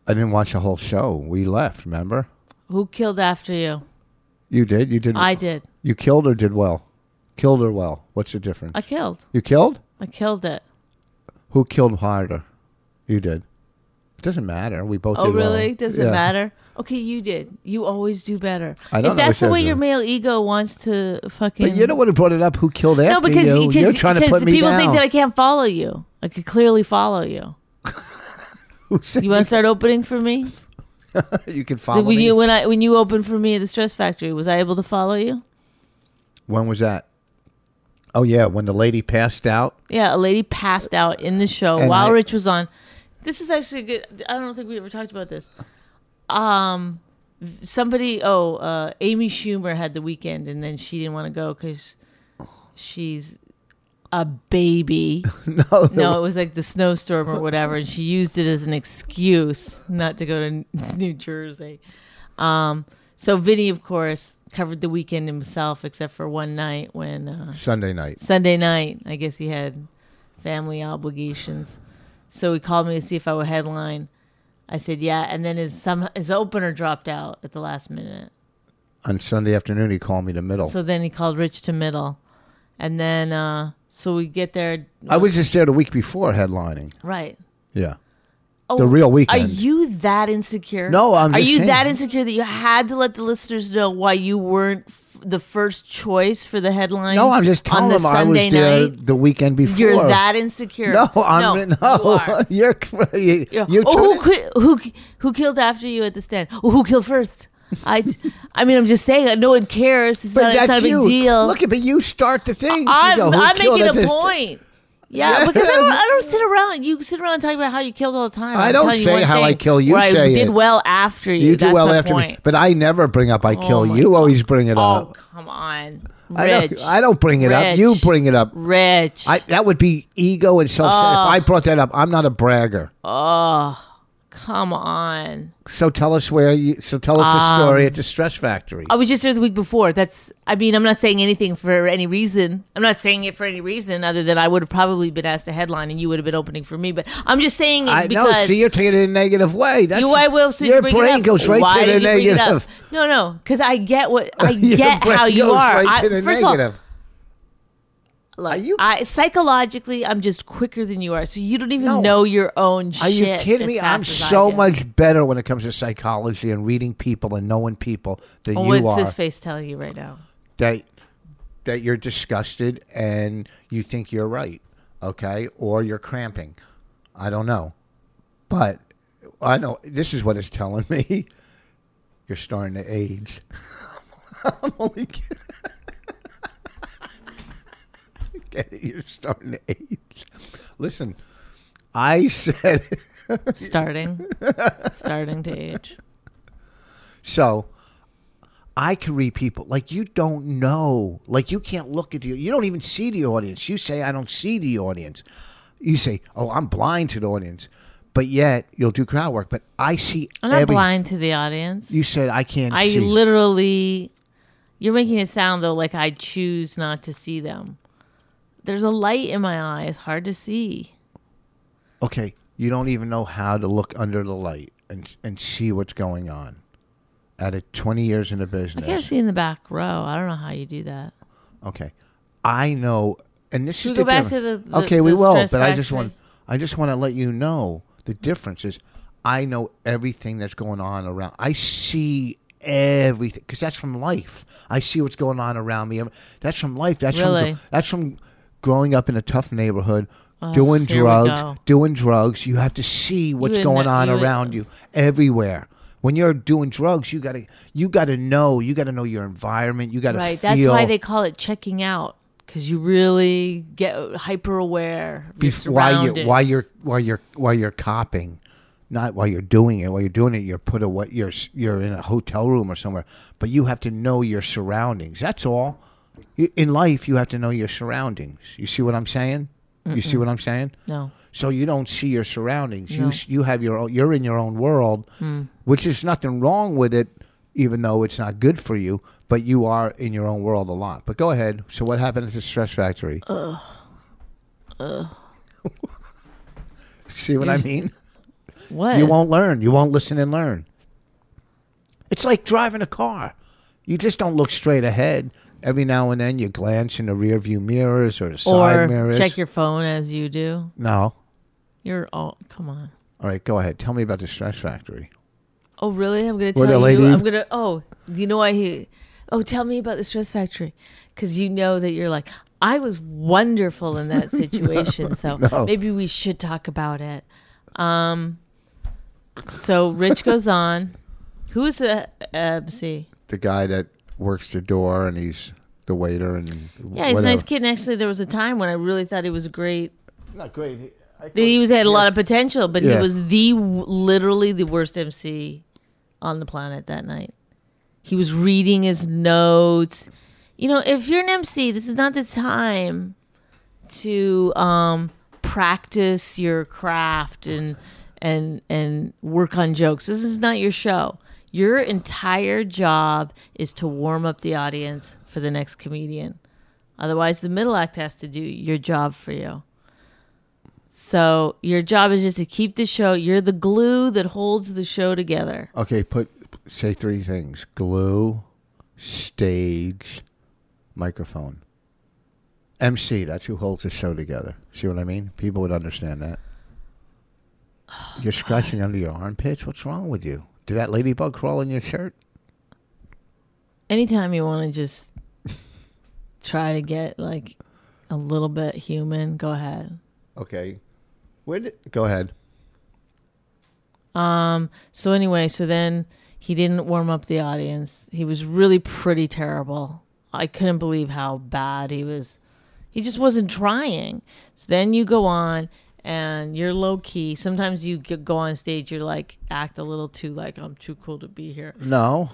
S1: I didn't watch the whole show. We left. Remember?
S2: Who killed after you?
S1: You did. You did.
S2: I did.
S1: You killed or did well. Killed or well. What's the difference?
S2: I killed.
S1: you killed.
S2: I killed it.
S1: Who killed harder? You did. It doesn't matter. We both.
S2: Oh,
S1: did well.
S2: really? Doesn't
S1: Yeah.
S2: matter. Okay, you did. You always do better.
S1: I don't
S2: if
S1: know
S2: that's the
S1: what
S2: way
S1: you
S2: your
S1: do.
S2: male ego wants to fucking.
S1: But you're the one who brought it up. Who killed after
S2: No, because
S1: you?
S2: because,
S1: you're trying to
S2: because
S1: put me
S2: people
S1: down.
S2: think that I can't follow you. I could clearly follow you.
S1: [LAUGHS] Who said
S2: You want to start opening for me?
S1: you can follow
S2: When
S1: me?
S2: you when I when you opened for me at the Stress Factory, was I able to follow you?
S1: when was that? Oh yeah, when the lady passed out. [LAUGHS]
S2: Yeah, a lady passed out in the show
S1: And
S2: while
S1: I-
S2: Rich was on. This is actually good. I don't think we ever talked about this. Um, somebody. Oh, uh, Amy Schumer had the weekend, and then she didn't want to go because she's a baby.
S1: No,
S2: No, it was like the snowstorm or whatever, and she used it as an excuse not to go to [LAUGHS] N- New Jersey. Um, so Vinny, of course, covered the weekend himself, except for one night when uh,
S1: Sunday night.
S2: Sunday night, I guess he had family obligations. So he called me to see if I would headline. I said yeah, and then his some his opener dropped out at the last minute.
S1: On Sunday afternoon, he called me the middle.
S2: So then he called Rich to middle, and then uh, so we get there
S1: I was just there the week before headlining.
S2: right.
S1: Yeah.
S2: Oh,
S1: The real weekend.
S2: Are you that insecure?
S1: No, I'm
S2: Are
S1: just
S2: you
S1: saying.
S2: that insecure that you had to let the listeners know why you weren't f- the first choice for the headline?
S1: No, I'm just telling
S2: on the
S1: him I was
S2: Sunday
S1: there
S2: night.
S1: the weekend before.
S2: You're that insecure.
S1: No, I'm
S2: no.
S1: no.
S2: You are.
S1: You're crazy.
S2: You're-
S1: [LAUGHS] You
S2: oh,
S1: took
S2: who, qui- who who killed after you at the stand? Oh, who killed first? I,
S1: [LAUGHS]
S2: I mean, I'm just saying, uh, no one cares. It's, not,
S1: But
S2: it's not
S1: that's
S2: a big
S1: you.
S2: deal.
S1: Look at but you start the thing. She
S2: I'm,
S1: go, who
S2: I'm
S1: killed
S2: making a
S1: it? This- [LAUGHS]
S2: point. Yeah,
S1: Yeah.
S2: because I don't, I don't sit around. You sit around and talk about how you killed all the time.
S1: I
S2: I'm
S1: don't
S2: telling you
S1: say
S2: one
S1: how I
S2: thing
S1: kill, you
S2: where I
S1: say
S2: did
S1: it.
S2: well after you.
S1: You do
S2: That's
S1: well
S2: my
S1: after
S2: point. Oh
S1: me, but I never bring up I kill.
S2: my
S1: You always bring it
S2: Oh
S1: up.
S2: come on, Rich.
S1: I don't, I don't bring it up. You
S2: Rich.
S1: bring it up.
S2: Rich.
S1: I, that would be ego and self.
S2: Oh.
S1: If I brought that up, I'm not a bragger.
S2: come on.
S1: So tell us where you. So tell us the
S2: Um,
S1: story at the Stress Factory.
S2: I was just there the week before. That's. I mean, I'm not saying anything for any reason. I'm not saying it for any reason other than I would have probably been asked a headline and you would have been opening for me. But I'm just saying it
S1: I know.
S2: because
S1: See, you're taking it in a negative way. That's
S2: you, I will. So you
S1: your
S2: bring
S1: brain
S2: it up.
S1: goes right
S2: Why
S1: to the
S2: did you bring it up?
S1: negative.
S2: No, no, because I
S1: [LAUGHS]
S2: get what I
S1: Your
S2: get
S1: brain
S2: how you
S1: goes
S2: are.
S1: Right
S2: I,
S1: to the
S2: first of all,
S1: negative.
S2: Look,
S1: Are you-
S2: I psychologically, I'm just quicker than you are, so you don't even
S1: No.
S2: know your own shit.
S1: Are you kidding
S2: as
S1: me?
S2: fast
S1: I'm
S2: as I
S1: so
S2: do.
S1: much better when it comes to psychology and reading people and knowing people than
S2: Well,
S1: you
S2: What's
S1: are.
S2: this face telling you right now?
S1: that that you're disgusted and you think you're right, okay, or you're cramping. I don't know, but I know this is what it's telling me. [LAUGHS] You're starting to age. [LAUGHS] I'm only kidding. [LAUGHS] Get it? You're starting to age. Listen, I [LAUGHS] said [LAUGHS]
S2: Starting, starting to age.
S1: So I can read people like you don't know, like you can't look at you. You don't even see the audience. You say I don't see the audience. You say, "Oh, I'm blind to the audience," but yet you'll do crowd work. But I see.
S2: I'm not
S1: every-
S2: blind to the audience.
S1: You said I can't
S2: I
S1: see.
S2: literally, you're making it sound though like I choose not to see them. There's a light in my eye. It's hard to see.
S1: okay, you don't even know how to look under the light and and see what's going on. At a 20 years in the business.
S2: I can't see in the back row. I don't know how you do that.
S1: Okay, I know, and this
S2: Should
S1: is
S2: we
S1: the
S2: go back
S1: difference.
S2: to the- the-
S1: okay, we
S2: the
S1: will, but
S2: stress
S1: I just
S2: factor?
S1: want I just want to let you know the difference is I know everything that's going on around. I see everything because that's from life. I see what's going on around me. That's from life. That's
S2: Really?
S1: from that's from growing up in a tough neighborhood. doing
S2: here we
S1: drugs,
S2: go.
S1: doing drugs. You have to see what's
S2: would
S1: going
S2: kno-
S1: on
S2: you would-
S1: around you everywhere. When you're doing drugs, you gotta you gotta know. You gotta know your environment. You gotta
S2: Right.
S1: feel.
S2: That's why they call it checking out because you really get hyper aware.
S1: bef- while you while you're while you're while you're copping, not while you're doing it. While you're doing it, you're put away. You're s- you're in a hotel room or somewhere, but you have to know your surroundings. That's all. You- In life, you have to know your surroundings. You see what I'm saying? You see what I'm saying?
S2: No.
S1: So you don't see your surroundings. You
S2: No. Hmm.
S1: s- you have your own, you're in your own world, which is nothing wrong with it, even though it's not good for you. But you are in your own world a lot. But go ahead. So what happened at the stress factory? Ugh. [LAUGHS] see what I
S2: [LAUGHS]
S1: mean?
S2: What?
S1: You won't learn. You won't listen and learn. It's like driving a car. You just don't look straight ahead. Every now and then you glance in the rear view mirrors or the side
S2: or
S1: mirrors.
S2: check your phone as you do.
S1: no.
S2: You're all come on.
S1: All right, go ahead. Tell me about the stress factory.
S2: Oh really? I'm gonna
S1: Where
S2: tell
S1: the
S2: you.
S1: lady-
S2: I'm gonna. Oh, you know why he? Oh, tell me about the stress factory because you know that you're like I was wonderful
S1: [LAUGHS]
S2: in that situation. so maybe we should talk about it. Um. So Rich goes on. Who's the uh, MC?
S1: The guy that works the door and he's the waiter and
S2: Yeah, he's a nice kid. And actually, there was a time when I really thought he was a great.
S1: Not great.
S2: He was had a lot of potential, but
S1: Yeah.
S2: he was the literally the worst MC on the planet that night. He was reading his notes. You know, if you're an MC, this is not the time to um, practice your craft and and and work on jokes. This is not your show. Your entire job is to warm up the audience for the next comedian. Otherwise, the middle act has to do your job for you. So your job is just to keep the show. You're the glue that holds the show together.
S1: Okay, put say three things: glue, stage, microphone. MC. That's who holds the show together. See what I mean? People would understand that.
S2: Oh,
S1: You're scratching under your armpits. What's wrong with you? Did that ladybug crawl in your shirt?
S2: Anytime you want to just try to get like a little bit human, go ahead.
S1: Okay. Where did, go ahead.
S2: Um, so anyway, so then he didn't warm up the audience. He was really pretty terrible. I couldn't believe how bad he was. He just wasn't trying. So then you go on and you're low key. Sometimes you g- go on stage, you're like act a little too like I'm too cool to be here.
S1: No.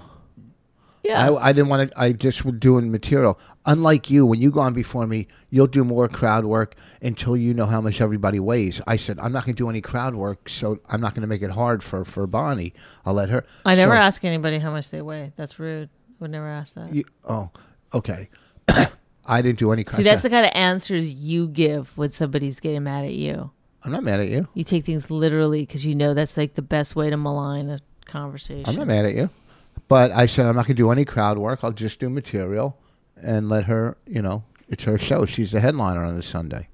S2: Yeah.
S1: I, I didn't want to. I just was doing material. Unlike you, when you go on before me, you'll do more crowd work until you know how much everybody weighs. I said I'm not going to do any crowd work, so I'm not going to make it hard for for Bonnie. I'll let her.
S2: I never
S1: So-
S2: ask anybody how much they weigh. That's rude. Would never ask that.
S1: You, oh, okay. [COUGHS] I didn't do any. crowd.
S2: See, that's the kind of answers you give when somebody's getting mad at you.
S1: I'm not mad at you.
S2: You take things literally because you know that's like the best way to malign a conversation.
S1: I'm not mad at you. But I said I'm not going to do any crowd work. I'll just do material and let her, you know, it's her show. She's the headliner on the Sunday.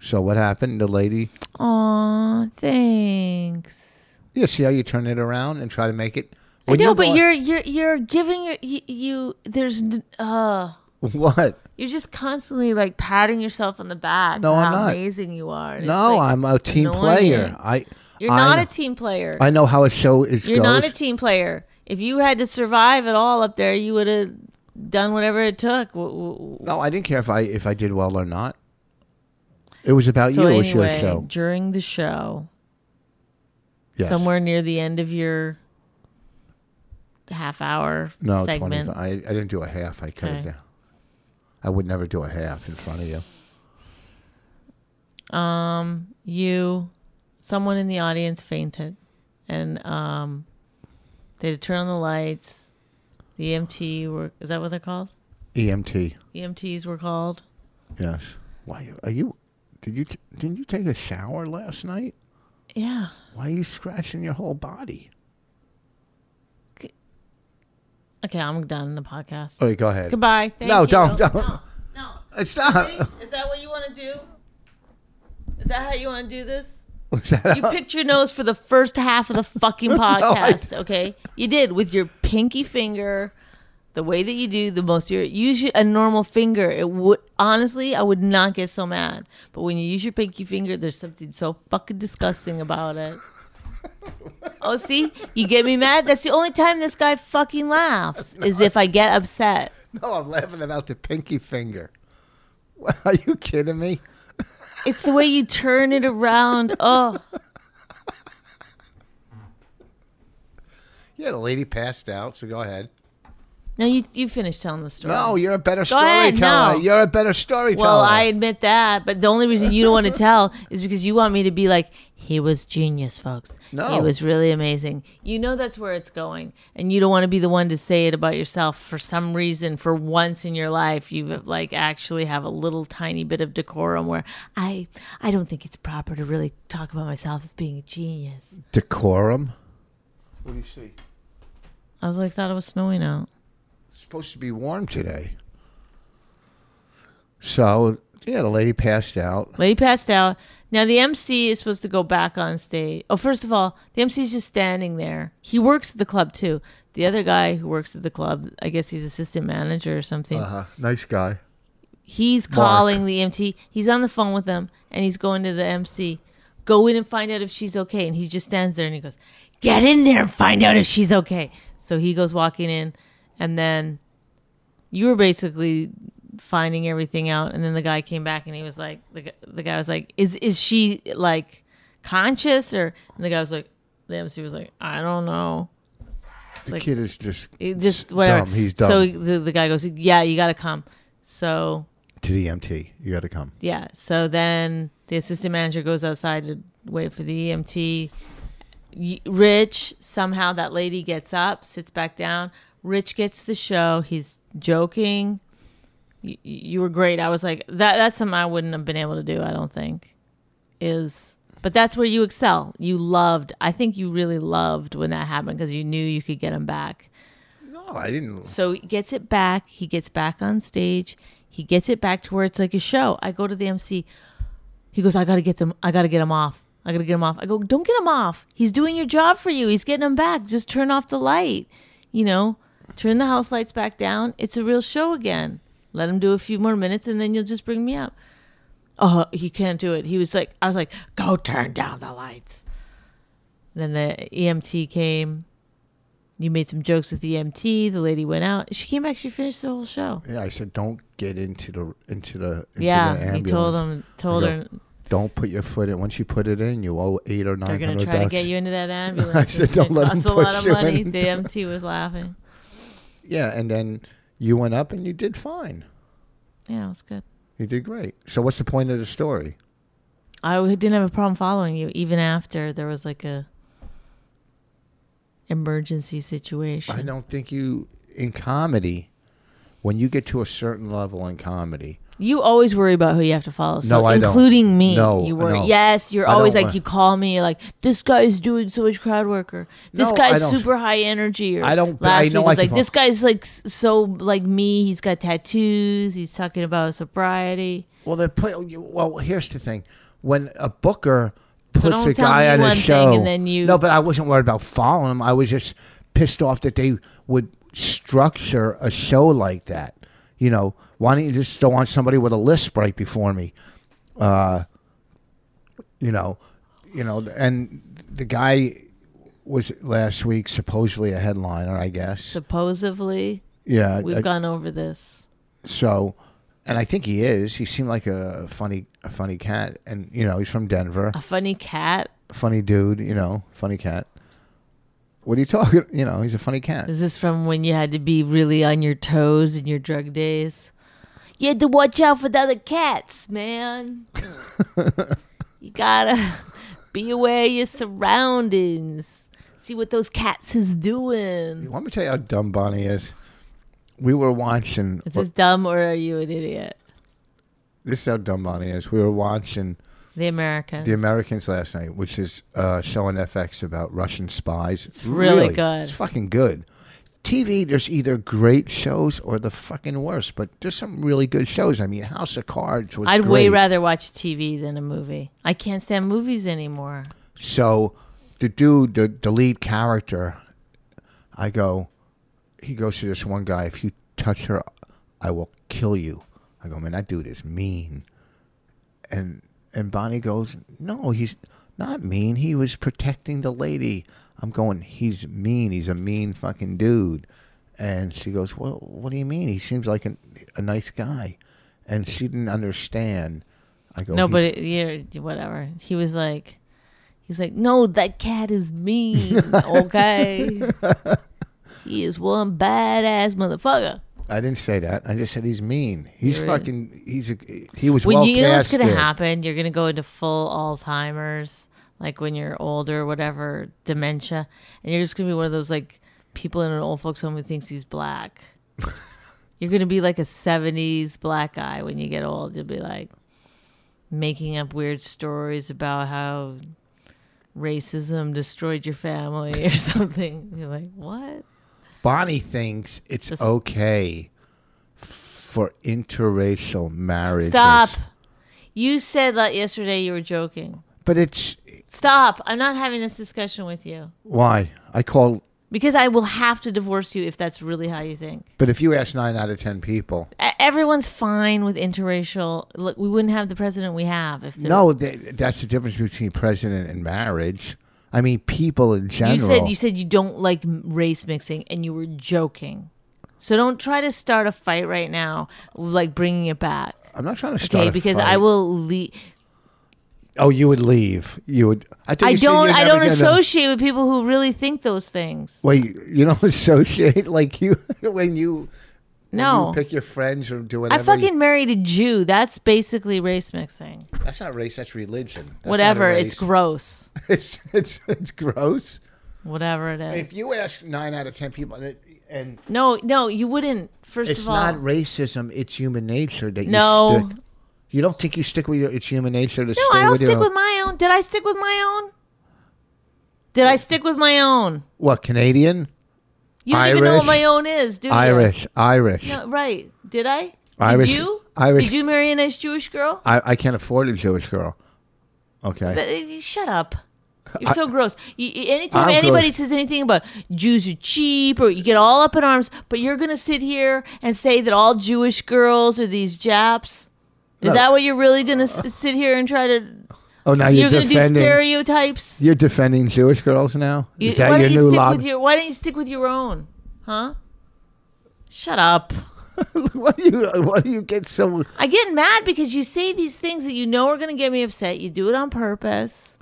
S1: So what happened? The lady,
S2: Aw, thanks.
S1: you see how you turn it around and try to make it. When
S2: I know,
S1: you
S2: but
S1: go-
S2: you're you're you're giving your you, you there's n- uh
S1: [LAUGHS] what?
S2: you're just constantly like patting yourself on the back.
S1: No,
S2: for
S1: I'm
S2: how
S1: not.
S2: amazing you are. And it's,
S1: No,
S2: like,
S1: I'm a team
S2: annoying.
S1: player. I
S2: You're
S1: I,
S2: not a team player.
S1: I know how a show is
S2: you're
S1: goes.
S2: not a team player. If you had to survive at all up there, you would have done whatever it took. W- w- w-
S1: no, I didn't care if I if I did well or not. It was about Uh,
S2: So
S1: you. it was
S2: anyway,
S1: your show.
S2: during the show,
S1: Yes.
S2: somewhere near the end of your half hour
S1: No,
S2: segment.
S1: 25. I, I didn't do a half. I cut
S2: Okay.
S1: it down. I would never do a half in front of you.
S2: Um, you, someone in the audience fainted, and um, they had to turn on the lights. The EMT were is that what they're called?
S1: EMT.
S2: EMTs were called.
S1: E Yes. Why are you? Did you? t- Didn't you take a shower last night?
S2: Yeah,
S1: Why are you scratching your whole body?
S2: okay, I'm done the podcast.
S1: Okay, go ahead. Uh,
S2: Goodbye. Thank
S1: Oh, No,
S2: you.
S1: don't, don't.
S2: No, no.
S1: It's not.
S2: See? [LAUGHS] Is that what you want to do? Is that how you want to do this?
S1: [LAUGHS] Was that [LAUGHS]
S2: You
S1: how-
S2: picked your nose for the first half of the fucking
S1: I-
S2: podcast, okay? You did with your pinky finger, the way that you do the most. Your use your- a normal finger. It would honestly, I would not get so mad. But when you use your pinky finger, there's something so fucking disgusting about it. oh, see, you get me mad. That's the only time this guy fucking laughs is if I get upset.
S1: [LAUGHS] no, Oh, I'm laughing about the pinky finger. [LAUGHS] What, are you kidding me?
S2: It's the way you turn it around. Oh,
S1: Yeah, the lady passed out. So go ahead.
S2: no, you you finish telling the story.
S1: No, you're a better
S2: ahead,
S1: storyteller.
S2: no.
S1: You're a better storyteller.
S2: Well, I admit that, but the only reason you
S1: [LAUGHS]
S2: don't want to tell is because you want me to be like, he was genius, folks.
S1: No.
S2: He was really amazing. You know that's where it's going, and you don't want to be the one to say it about yourself for some reason. For once in your life, you like actually have a little tiny bit of decorum where I, I don't think it's proper to really talk about myself as being a genius.
S1: decorum. What do you see?
S2: I was like, thought it was snowing out.
S1: It's supposed to be warm today. So yeah, the lady passed out.
S2: Lady passed out. Now the MC is supposed to go back on stage. Oh, first of all, the MC is just standing there. He works at the club too. The other guy who works at the club, I guess he's assistant manager or something.
S1: Uh-huh. Nice guy.
S2: He's calling the MT. He's on the phone with them, and he's going to the MC. Go in and find out if she's okay. And he just stands there and he goes, "Get in there and find out if she's okay." So he goes walking in, and then you were basically finding everything out. And then the guy came back and he was like, the, gu- the guy was like, "Is is she like conscious or?" And the guy was like, the MC was like, "I don't know."
S1: The
S2: like-
S1: kid is just
S2: It just whatever.
S1: dumb. He's dumb.
S2: So the the guy goes, "Yeah, you got to come." So
S1: to the MT. You got to come.
S2: yeah. So then the assistant manager goes outside to wait for the EMT. Y- Rich, somehow that lady gets up, sits back down. Rich gets the show. He's joking. Y- y- you were great. I was like, that. that's something I wouldn't have been able to do, I don't think. Is. But that's where you excel. You loved. I think you really loved when that happened because you knew you could get him back.
S1: No, I didn't.
S2: So he gets it back. He gets back on stage. He gets it back to where it's like a show. I go to the MC. He goes, I gotta get them. I gotta get him off. I gotta get him off. I go, don't get him off. He's doing your job for you. He's getting him back. Just turn off the light. You know, turn the house lights back down. It's a real show again. Let him do a few more minutes, and then you'll just bring me up. Oh, he can't do it. He was like, I was like, go turn down the lights. Then the EMT came. You made some jokes with the EMT. The lady went out. She came back. She finished the whole show.
S1: Yeah, I said don't get into the into the into the
S2: yeah, he
S1: ambulance.
S2: told them, told
S1: I
S2: her
S1: Don't put your foot in. Once you put it in, you owe eight or
S2: they're
S1: nine
S2: going to
S1: hundred
S2: try
S1: bucks.
S2: to get you into that
S1: [LAUGHS]
S2: ambulance.
S1: I said,
S2: It's gonna
S1: "Don't let 'em
S2: cost a lot
S1: push
S2: of
S1: you
S2: money.
S1: in."
S2: The EMT was laughing.
S1: Yeah, and then you went up and you did fine.
S2: Yeah, it was good.
S1: You did great. So what's the point of the story?
S2: I w- didn't have a problem following you, even after there was like a emergency situation.
S1: I don't think you in comedy. When you get to a certain level in comedy,
S2: You always worry about who you have to follow. So
S1: No, I don't.
S2: including me.
S1: No,
S2: you worry.
S1: no.
S2: Yes, you're
S1: I
S2: always
S1: don't
S2: like
S1: wa-
S2: you call me. You're like this guy's doing so much crowd work, or this
S1: No, I
S2: guy's
S1: don't.
S2: super high energy. Or
S1: I don't- I
S2: Last
S1: know
S2: week
S1: I
S2: was
S1: can
S2: like
S1: follow-
S2: this guy's like s- so like me. He's got tattoos. He's talking about sobriety.
S1: Well, they put. Well, here's the thing: when a booker puts
S2: don't
S1: a
S2: tell
S1: guy
S2: me
S1: on
S2: one
S1: a
S2: thing
S1: show,
S2: and then you-
S1: no, but I wasn't worried about following him. I was just pissed off that they would structure a show like that. You know, why don't you just throw on somebody with a lisp right before me? Uh, you know, you know, and the guy was last week supposedly a headliner, I guess.
S2: Supposedly,
S1: yeah,
S2: we've
S1: a-
S2: gone over this.
S1: so, and I think he is. He seemed like a funny, a funny cat, and you know he's from Denver.
S2: A funny cat.
S1: Funny dude, you know, funny cat. What are you [LAUGHS] talking? You know, he's a funny cat.
S2: Is this from when you had to be really on your toes in your drug days? You had to watch out for the other
S1: [LAUGHS]
S2: cats, man. you gotta be aware of your surroundings. See what those cats is doing.
S1: Let me tell you how dumb Bonnie is. We were watching.
S2: Is this dumb or are you an idiot?
S1: this is how dumb Bonnie is. We were watching
S2: The Americans.
S1: The Americans last night, which is a show on FX about Russian spies. It's
S2: really good.
S1: It's fucking good. TV, there's either great shows or the fucking worst, but there's some really good shows. I mean, House of Cards was.
S2: I'd way
S1: great.
S2: rather watch TV than a movie. I can't stand movies anymore.
S1: So the dude, the, the lead character, I go, he goes to this one guy, if you touch her, I will kill you. I go, man, that dude is mean. And and Bonnie goes, no, he's not mean. He was protecting the lady. I'm going, he's mean. He's a mean fucking dude. And she goes, well, what do you mean? He seems like an, a nice guy. And she didn't understand. I go,
S2: No,
S1: "He's
S2: but it, yeah, whatever. He was like, he was like, no, that cat is mean. okay, he is one badass motherfucker.
S1: I didn't say that. I just said he's mean. He's
S2: You're right.
S1: fucking. He's a. He was
S2: When
S1: well
S2: you, you know what's
S1: casted.
S2: gonna happen, you're gonna go into full Alzheimer's, like when you're older, whatever dementia, and you're just gonna be one of those like people in an old folks home who thinks he's black. you're gonna be like a '70s black guy when you get old. You'll be like making up weird stories about how racism destroyed your family or [LAUGHS] something. You're like, what?
S1: Bonnie thinks it's
S2: Just-
S1: okay for interracial marriages.
S2: Stop. You said that yesterday you were joking.
S1: But it's
S2: Stop. I'm not having this discussion with you.
S1: why I call.
S2: Because I will have to divorce you if that's really how you think.
S1: But if you ask nine out of ten people,
S2: E- Everyone's fine with interracial. Look, we wouldn't have the president we have if there
S1: no, th that's the difference between president and marriage. I mean, people in general.
S2: You said you said you don't like m- race mixing, and you were joking. So don't try to start a fight right now, like bringing it back.
S1: I'm not trying to start.
S2: Okay,
S1: a
S2: because
S1: fight.
S2: I will. Le-
S1: Oh, you would leave. You would. I, think
S2: I
S1: you said
S2: don't.
S1: you're
S2: I
S1: never
S2: don't
S1: gonna-
S2: associate with people who really think those things.
S1: Wait, you don't [LAUGHS] associate like you when you
S2: No,
S1: You pick your friends or do whatever.
S2: I fucking married a Jew. That's basically race mixing.
S1: That's not race. That's religion. That's not
S2: Whatever.
S1: a
S2: It's
S1: race.
S2: gross.
S1: it's, [LAUGHS] it's it's gross.
S2: Whatever it is.
S1: If you ask nine out of ten people, and, it, and
S2: no, no, you wouldn't. First
S1: it's
S2: of all,
S1: not racism. It's human nature that
S2: No.
S1: you stick. You don't think you stick with your? It's human nature to
S2: no,
S1: stay
S2: I don't
S1: with
S2: stick
S1: your.
S2: with my own. Did I stick with my own? Did I stick with my own?
S1: what Canadian,
S2: You don't even know what
S1: Irish.
S2: my own is, do you?
S1: Irish, Irish?
S2: No, right. Did I? Did
S1: Irish-
S2: you?
S1: Irish-
S2: Did you marry a nice Jewish girl?
S1: I I can't afford a Jewish girl. Okay.
S2: Th- uh, Shut up. You're so gross. You, you- anytime
S1: I'm
S2: anybody
S1: gross.
S2: says anything about Jews are cheap or you get all up in arms, but you're going to sit here and say that all Jewish girls are these Japs? Is
S1: No.
S2: that what you're really going to s sit here and try to
S1: Oh, now
S2: You're
S1: you're,
S2: gonna do
S1: defending.
S2: stereotypes.
S1: you're defending Jewish girls now.
S2: You-
S1: Is that
S2: why
S1: your
S2: don't you
S1: new
S2: stick
S1: log?
S2: with your? Why don't you stick with your own? Huh? Shut up.
S1: [LAUGHS] why do you? Why do you get so?
S2: I get mad because you say these things that you know are going to get me upset. You do it on purpose.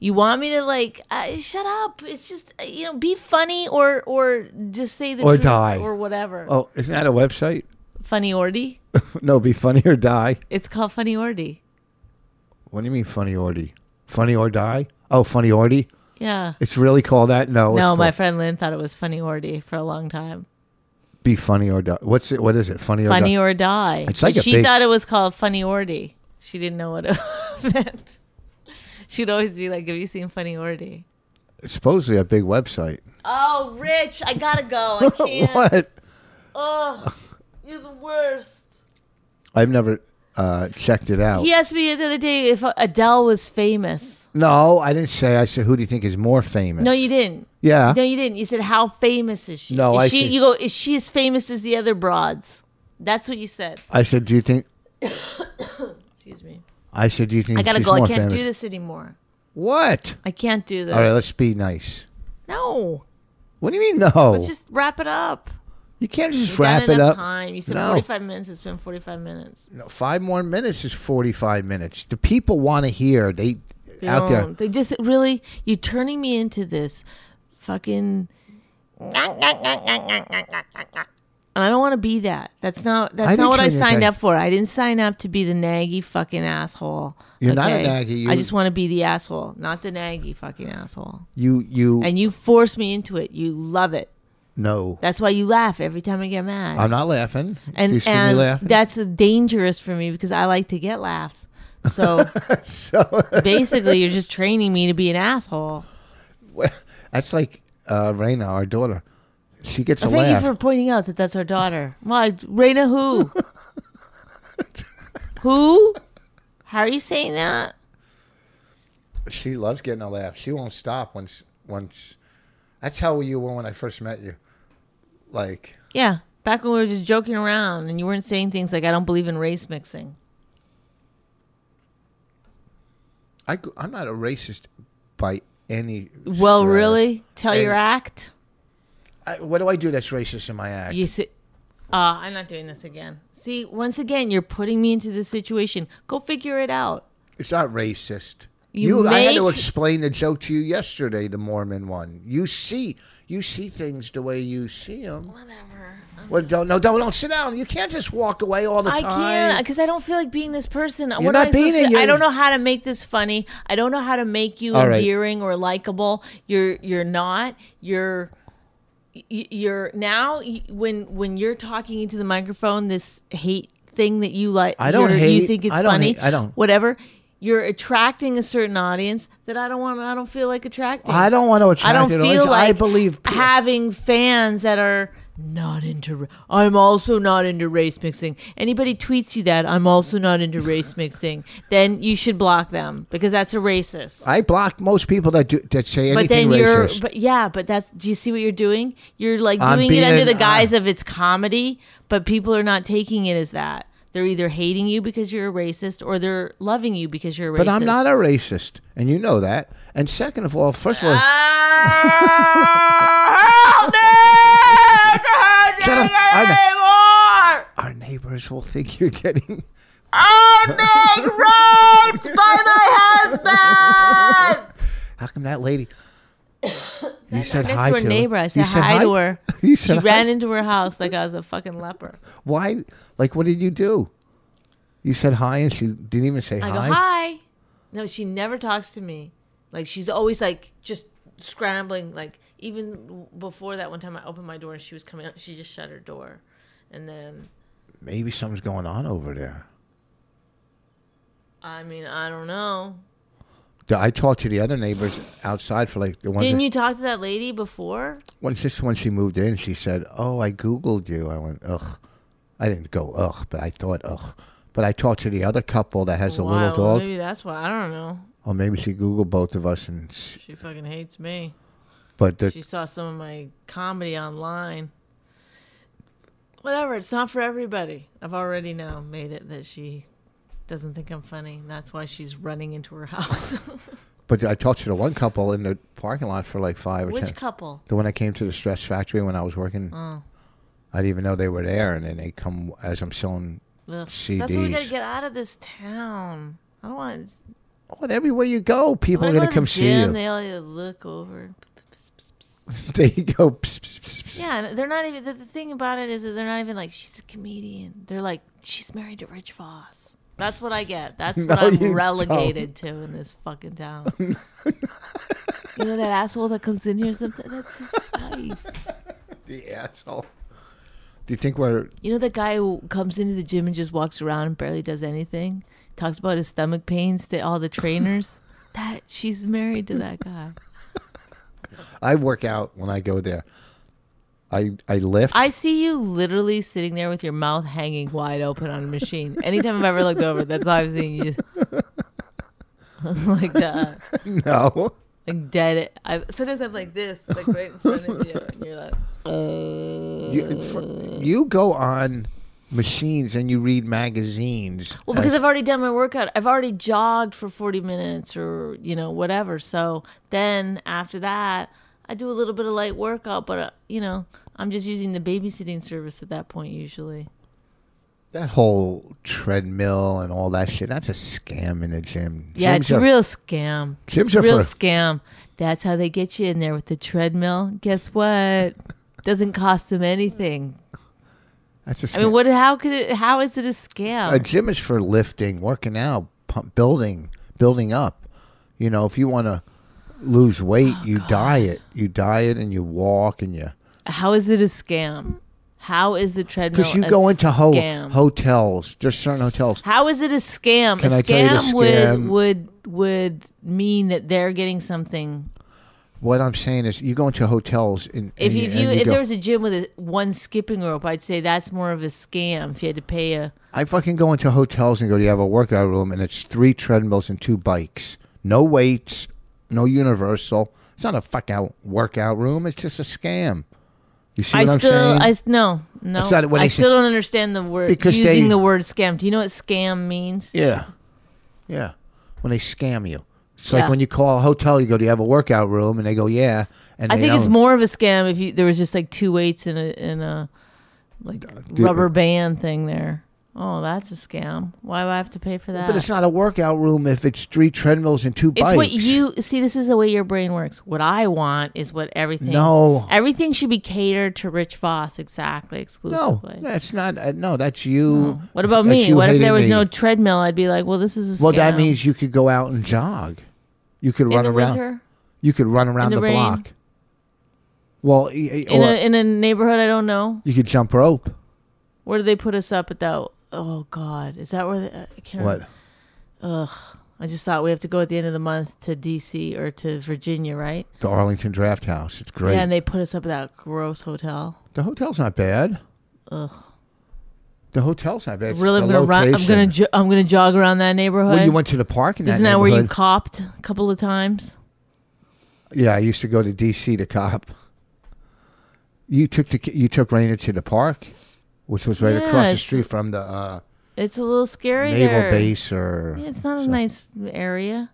S2: You want me to like uh, shut up. It's just uh, you know be funny or or just say the
S1: Or
S2: truth
S1: die.
S2: or whatever.
S1: Oh, isn't that a website?
S2: Funny ordy.
S1: No, be funny or die.
S2: It's called funny ordy.
S1: What do you mean funny ordy? Funny or die? Oh, funny ordy.
S2: Yeah.
S1: It's really called that. No, it's
S2: no, my
S1: called
S2: friend Lynn thought it was funny ordy for a long time.
S1: be funny or die. What's it? What is it? Funny,
S2: Funny
S1: or
S2: or die.
S1: It's like
S2: But
S1: a
S2: she
S1: big-
S2: thought it was called funny ordy. She didn't know what it [LAUGHS] meant. She'd always be like, "Have you seen funny ordy?"
S1: die. Supposedly a big website.
S2: Oh, Rich, I gotta go.
S1: [LAUGHS]
S2: I can't.
S1: what?
S2: Ugh, you're the worst.
S1: I've never uh, checked it out.
S2: He asked me the other day if Adele was famous.
S1: No, I didn't say. I said, who do you think is more famous?
S2: No, you didn't.
S1: Yeah.
S2: No, you didn't. You said, "How famous is she?"
S1: No,
S2: is
S1: I
S2: she,
S1: see.
S2: You go, "Is she as famous as the other broads?" That's what you said.
S1: I said, do you think?
S2: Excuse me.
S1: I said, do you think
S2: I gotta
S1: Mm, she's
S2: go. I
S1: more
S2: can't
S1: famous?
S2: do this anymore.
S1: What?
S2: I can't do this.
S1: All right, let's be nice.
S2: no,
S1: What do you mean no?
S2: let's just wrap it up.
S1: you can't just
S2: We've
S1: wrap
S2: done
S1: it
S2: enough
S1: up.
S2: Time. You said
S1: No.
S2: 45 minutes. It's been 45 minutes.
S1: No, five more minutes is forty-five minutes. The people want to hear they out there.
S2: don't. They just really you turning me into this fucking and I don't want to be that. That's not that's
S1: I
S2: not
S1: didn't
S2: what I
S1: turn you
S2: signed
S1: down.
S2: up for. I didn't sign up to be the naggy fucking asshole.
S1: You're not a naggy, you-
S2: I just want to be the asshole, not the naggy fucking asshole.
S1: You you
S2: And you force me into it. You love it.
S1: no.
S2: That's why you laugh every time I get mad.
S1: I'm not laughing.
S2: and
S1: you see
S2: and
S1: me laughing.
S2: that's dangerous for me because I like to get laughs.
S1: [LAUGHS]
S2: So
S1: [LAUGHS] so
S2: basically, you're just training me to be an asshole.
S1: that's like uh, Raina, our daughter. She gets a
S2: Thank
S1: laugh.
S2: you for pointing out that that's our daughter. Why, Raina? Who? who? How are you saying that?
S1: she loves getting a laugh. She won't stop once once. That's how you were when I first met you. Like
S2: Yeah, back when we were just joking around and you weren't saying things like "I don't believe in race mixing."
S1: I, gr- I'm not a racist by any.
S2: Well,
S1: stretch.
S2: really? Tell your
S1: And-
S2: act.
S1: I, what do I do that's racist in my act?
S2: You see, uh, I'm not doing this again. See, once again, you're putting me into this situation. Go figure it out.
S1: It's not racist.
S2: You
S1: You, I had to
S2: make-
S1: explain the joke to you yesterday, the Mormon one. You see, you see things the way you see them. Whatever. Well, don't no, don't don't sit down. You can't just walk away all the
S2: I
S1: time.
S2: can't because I don't feel like being this person. You're
S1: not
S2: I
S1: being
S2: supposed
S1: it,
S2: to- I
S1: you're-
S2: don't know how to make this funny. I don't know how to make you
S1: All right.
S2: endearing or likable. You're you're not. You're y- you're now y- when when you're talking into the microphone this hate thing that you like
S1: I don't
S2: you're- you
S1: hate.
S2: think it's
S1: I don't
S2: funny
S1: hate- I don't.
S2: whatever you're attracting a certain audience that I don't want I don't feel like attracting
S1: I don't want to attract.
S2: I don't
S1: it.
S2: feel like
S1: I believe.
S2: having fans that are not into. ra- I'm also not into race mixing. Anybody tweets you that I'm also not
S1: [LAUGHS]
S2: into race mixing, then you should block them because that's a racist.
S1: I block most people that do, that say
S2: but
S1: anything
S2: then you're,
S1: racist.
S2: but yeah, but that's. Do you see what you're doing? You're like
S1: I'm
S2: doing it
S1: being uh,
S2: under the
S1: an-
S2: guise
S1: I-
S2: of it's comedy, but people are not taking it as that. They're either hating you because you're a racist, or they're loving you because you're a racist.
S1: But I'm not a racist, and you know that. And second of all, first
S2: Uh,
S1: of all,
S2: Ah.
S1: Shut up.
S2: anymore.
S1: our neighbors will think you're getting.
S2: I'm
S1: [LAUGHS]
S2: being raped by my husband.
S1: How come that
S2: [COUGHS]
S1: lady? you said
S2: Next
S1: hi
S2: door
S1: to her.
S2: neighbor, I
S1: You
S2: said, hi, to her.
S1: [LAUGHS] You
S2: She
S1: said hi?
S2: ran into her house like I was a fucking leper.
S1: Why? Like, what did you do? You said hi, and she didn't even say
S2: I
S1: hi.
S2: go hi. No, she never talks to me. Like she's always like just scrambling. Like even w- before that one time, I opened my door and she was coming up. She just shut her door, and then
S1: Maybe something's going on over there.
S2: I mean I don't know.
S1: D- I talked to the other neighbors outside for like the ones.
S2: Didn't
S1: that-
S2: you talk to that lady before?
S1: when just when she moved in, she said, "Oh, I googled you." I went, "Ugh," I didn't go "ugh," but I thought "ugh." But I talked to the other couple that has the
S2: Wow,
S1: little dog,
S2: Maybe that's why. I don't know.
S1: or maybe she googled both of us. And s-
S2: She fucking hates me.
S1: but the
S2: She saw some of my comedy online. Whatever, it's not for everybody. I've already now made it that she doesn't think I'm funny. That's why she's running into her [LAUGHS] house.
S1: But I talked to the one couple in the parking lot for like five or ten.
S2: Which Uh. couple? Oh,
S1: The one I came to the stress factory when I was working, I didn't even know they were there, and then they come as I'm selling.
S2: Ugh. That's why we gotta
S1: CDs.
S2: get out of this town. I don't want.
S1: Oh, and everywhere you go, people
S2: When
S1: are
S2: I
S1: gonna
S2: go to
S1: come
S2: the
S1: see
S2: gym,
S1: you.
S2: They all look over.
S1: [LAUGHS] there you go. Psst, psst, psst, psst.
S2: Yeah, and they're not even. The, the thing about it is that they're not even like she's a comedian. They're like she's married to Rich Voss. That's what I
S1: [LAUGHS]
S2: get. That's what
S1: No, you
S2: I'm relegated to in this fucking
S1: [LAUGHS]
S2: town. you know that asshole that comes in here sometimes. That's his wife.
S1: [LAUGHS] The asshole. Do you think we're?
S2: You know that guy who comes into the gym and just walks around and barely does anything. Talks about his stomach pains to all the
S1: [LAUGHS]
S2: trainers. that she's married to that guy.
S1: I work out when I go there. I I lift.
S2: I see you literally sitting there with your mouth hanging wide open on a machine. Anytime I've ever looked over, that's all I've seen you [LAUGHS] just- like that,
S1: [LAUGHS] no.
S2: like dead. I sometimes I'm like this, like right in front of you, and you're like, uh.
S1: You, in fr- you go on machines and you read magazines.
S2: Well, because
S1: Uh,
S2: I've already done my workout. I've already jogged for 40 minutes or, you know, whatever. So then after that, I do a little bit of light workout, but, uh, you know, I'm just using the babysitting service at that point usually.
S1: that whole treadmill and all that shit—that's a scam in the gym.
S2: Yeah,
S1: Gyms
S2: it's
S1: are-
S2: a real scam.
S1: Gyms
S2: it's a
S1: are
S2: real
S1: for-
S2: scam. That's how they get you in there with the treadmill. Guess what? Doesn't cost them anything.
S1: That's a
S2: I
S1: scam.
S2: mean, what? How could it? How is it a scam?
S1: a gym is for lifting, working out, pump, building, building up. You know, if you want to lose weight,
S2: Oh,
S1: you diet, you diet, and you walk, and you
S2: how is it a scam? How is the treadmill?
S1: because you
S2: a
S1: go into ho-
S2: scam?
S1: hotels. There's certain hotels.
S2: How is it a scam?
S1: Can
S2: a
S1: I tell you the
S2: scam
S1: scam?
S2: would would would mean that they're getting something.
S1: What I'm saying is, you go into hotels and
S2: If
S1: and
S2: you, if you,
S1: and
S2: if
S1: go-
S2: there was a gym with a, one skipping rope, I'd say that's more of a scam. If you had to pay a
S1: I fucking go into hotels and go, do you have a workout room? And it's three treadmills and two bikes. No weights, no universal. It's not a fucking workout room. It's just a scam. You see
S2: I
S1: what I'm
S2: still,
S1: saying?
S2: I s- no, no.
S1: That's not what
S2: I
S1: I said.
S2: still don't understand the word
S1: Because
S2: using
S1: they-
S2: the word scam. Do you know what scam means?
S1: yeah. Yeah. When they scam you. It's
S2: Yeah.
S1: like when you call a hotel, you go, do you have a workout room? And they go, yeah. And
S2: I
S1: they
S2: think it's
S1: don't.
S2: more of a scam if you there was just like two weights and a and a like
S1: do-
S2: rubber band thing there. Oh, that's a scam. Why do I have to pay for that?
S1: But it's not a workout room if it's three treadmills and two
S2: It's
S1: bikes.
S2: what you see. This is the way your brain works. What I want is what everything.
S1: No.
S2: everything should be catered to Rich Voss exactly
S1: No,
S2: exclusively.
S1: that's not. Uh, no, that's you.
S2: What about
S1: that's
S2: me?
S1: you
S2: What if there
S1: hating
S2: was
S1: me.
S2: no treadmill? I'd be like, well, this is a scam.
S1: Well, that means you could go out and jog. You could
S2: in
S1: run
S2: the
S1: around.
S2: winter?
S1: You could run around
S2: the
S1: the,
S2: rain?
S1: block. Well, e- e-
S2: in
S1: or
S2: a in a neighborhood I don't know.
S1: you could jump rope.
S2: Where do they put us up at that? Oh God, is that where? The, I can't.
S1: What?
S2: remember. I just thought we have to go at the end of the month to D.C. or to Virginia, right?
S1: The Arlington Draft House. It's great.
S2: Yeah, and they put us up at that gross hotel.
S1: the hotel's not bad.
S2: Ugh.
S1: The hotel's not bad. It's
S2: really,
S1: the
S2: I'm gonna run. I'm
S1: location.
S2: gonna jo- I'm gonna jog around that neighborhood.
S1: Well, you went to the park in
S2: Isn't
S1: that
S2: that where you
S1: neighborhood.
S2: copped a couple of times?
S1: yeah, I used to go to D.C. to cop. You took the ki- you took Raina to the park, which was right across the
S2: Yes.
S1: street from the uh,
S2: It's a little scary
S1: naval
S2: there.
S1: base. Or
S2: Yeah, it's not a nice area.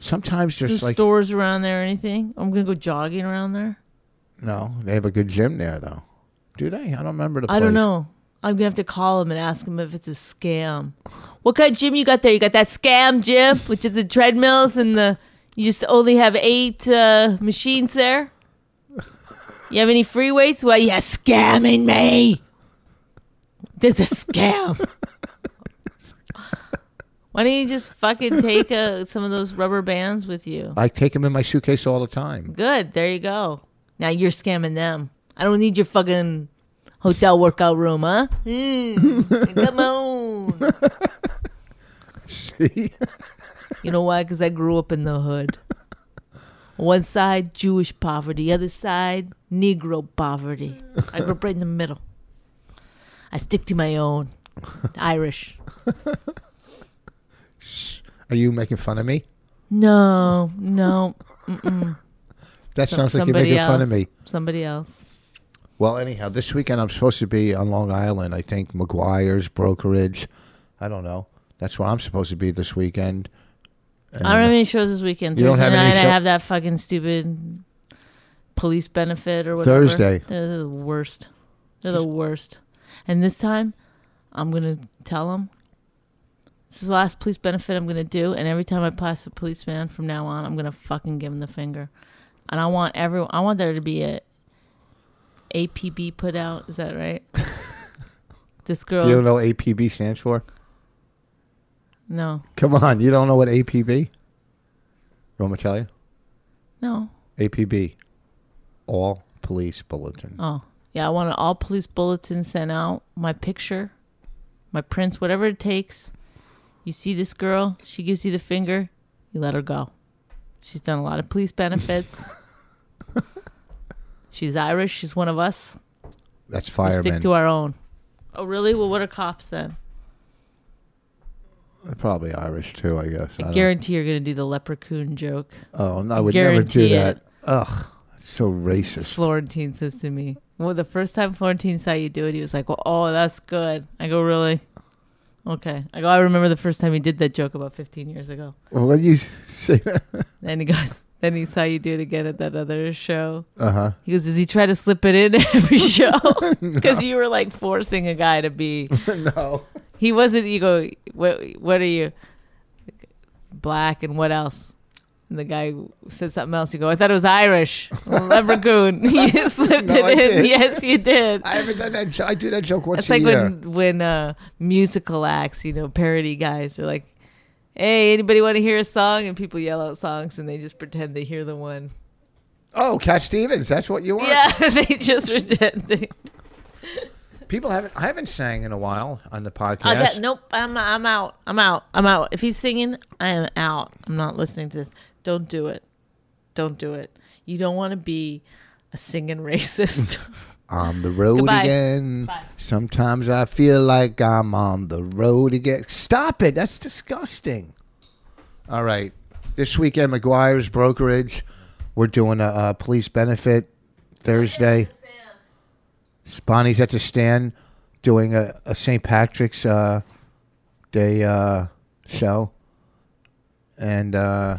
S1: sometimes
S2: There's
S1: just like
S2: stores around there or anything. I'm gonna go jogging around there.
S1: no, they have a good gym there though. Do they? I don't remember the.
S2: I don't
S1: place.
S2: know. I'm gonna have to call him and ask him if it's a scam. What kind of gym you got there? You got that scam gym, which is the treadmills and the you just only have eight uh, machines there. You have any free weights? Well, you're scamming me. This is a scam. [LAUGHS] Why don't you just fucking take uh, some of those rubber bands with you?
S1: I take them in my suitcase all the
S2: [LAUGHS]
S1: time.
S2: Good. There you go. Now you're scamming them. I don't need your fucking hotel workout room, huh? Mm, come on.
S1: See.
S2: You know why? Because I grew up in the hood. One side, Jewish poverty. The other side, Negro poverty. I grew up right in the middle. I stick to my own. Irish.
S1: Are you making fun of me?
S2: No, no.
S1: That sounds like you're
S2: somebody
S1: making
S2: else.
S1: fun of me.
S2: Somebody else.
S1: Well, anyhow, this weekend I'm supposed to be on Long Island. I think McGuire's brokerage. I don't know. That's where I'm supposed to be this weekend.
S2: I don't have any shows this weekend.
S1: You
S2: Thursday
S1: don't have any
S2: night,
S1: show-
S2: I have that fucking stupid police benefit or whatever.
S1: Thursday.
S2: They're the worst. They're the worst. And this time, I'm gonna tell them. This is the last police benefit I'm gonna do, and every time I pass a policeman from now on, I'm gonna fucking give him the finger. And I want everyone. I want there to be a APB put out. Is
S1: [LAUGHS]
S2: that right? this girl.
S1: You don't know what APB stands for?
S2: no,
S1: Come on, you don't know what APB? You want me to tell you?
S2: no.
S1: APB, All Police Bulletin.
S2: Oh, yeah. I want an all police bulletin sent out. My picture, my prints, whatever it takes. You see this girl, she gives you the finger, you let her go. She's done a lot of police
S1: [LAUGHS]
S2: benefits. she's Irish. She's one of us.
S1: That's
S2: We
S1: firemen.
S2: stick to our own. Oh, really? Well, what are cops then?
S1: They're Probably Irish too, I guess. I
S2: I,
S1: don't-
S2: guarantee you're going to do the leprechaun joke.
S1: oh, no, I would never do
S2: guarantee
S1: that.
S2: it.
S1: Ugh, it's so racist.
S2: Florentine says to me, Well, the first time Florentine saw you do it, he was like, Well, oh, that's good. I go, Really? Okay. I go, I remember the first time he did that joke about 15 years ago.
S1: What do you [LAUGHS] say?
S2: Then he goes, [LAUGHS] Then he saw you do it again at that other show.
S1: Uh huh.
S2: He goes, Does he try to slip it in [LAUGHS] every show? Because you were like forcing a guy to be.
S1: no.
S2: He wasn't, you go, What, what are you? Black and what else? And the guy said something else. You go, I thought it
S1: [LAUGHS]
S2: was Irish. Leprechaun. [LAUGHS] you slipped
S1: No,
S2: it
S1: I
S2: in.
S1: did.
S2: [LAUGHS] Yes, you did.
S1: I haven't done that. jo- I do that joke once
S2: It's
S1: a
S2: like
S1: year.
S2: when when uh, musical acts, you know, parody guys are like, "Hey, anybody want to hear a song?" and people yell out songs, and they just pretend they hear the one.
S1: Oh, Cat Stevens. That's what you want.
S2: Yeah, [LAUGHS] they just pretend. They,
S1: People haven't. I haven't sang in a while on the podcast.
S2: I got, nope, I'm I'm out. I'm out. I'm out. If he's singing, I am out. I'm not listening to this. Don't do it. Don't do it. You don't want to be a singing [LAUGHS] racist.
S1: on the road
S2: Goodbye.
S1: again. Sometimes I feel like I'm on the road again. Stop it. That's disgusting. All right. This weekend, McGuire's Brokerage. We're doing a, uh police benefit Thursday. Bonnie's at the stand doing a, a St. Patrick's uh, Day uh, show. And uh,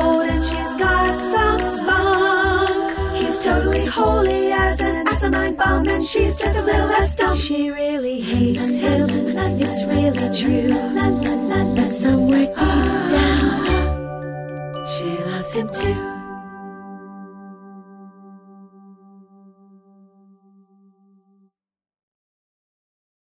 S5: and she's got some spunk. He's totally holy as an asinine bomb, and she's just a little less dumb. She really hates him, it's really true. But somewhere deep down, she loves him too.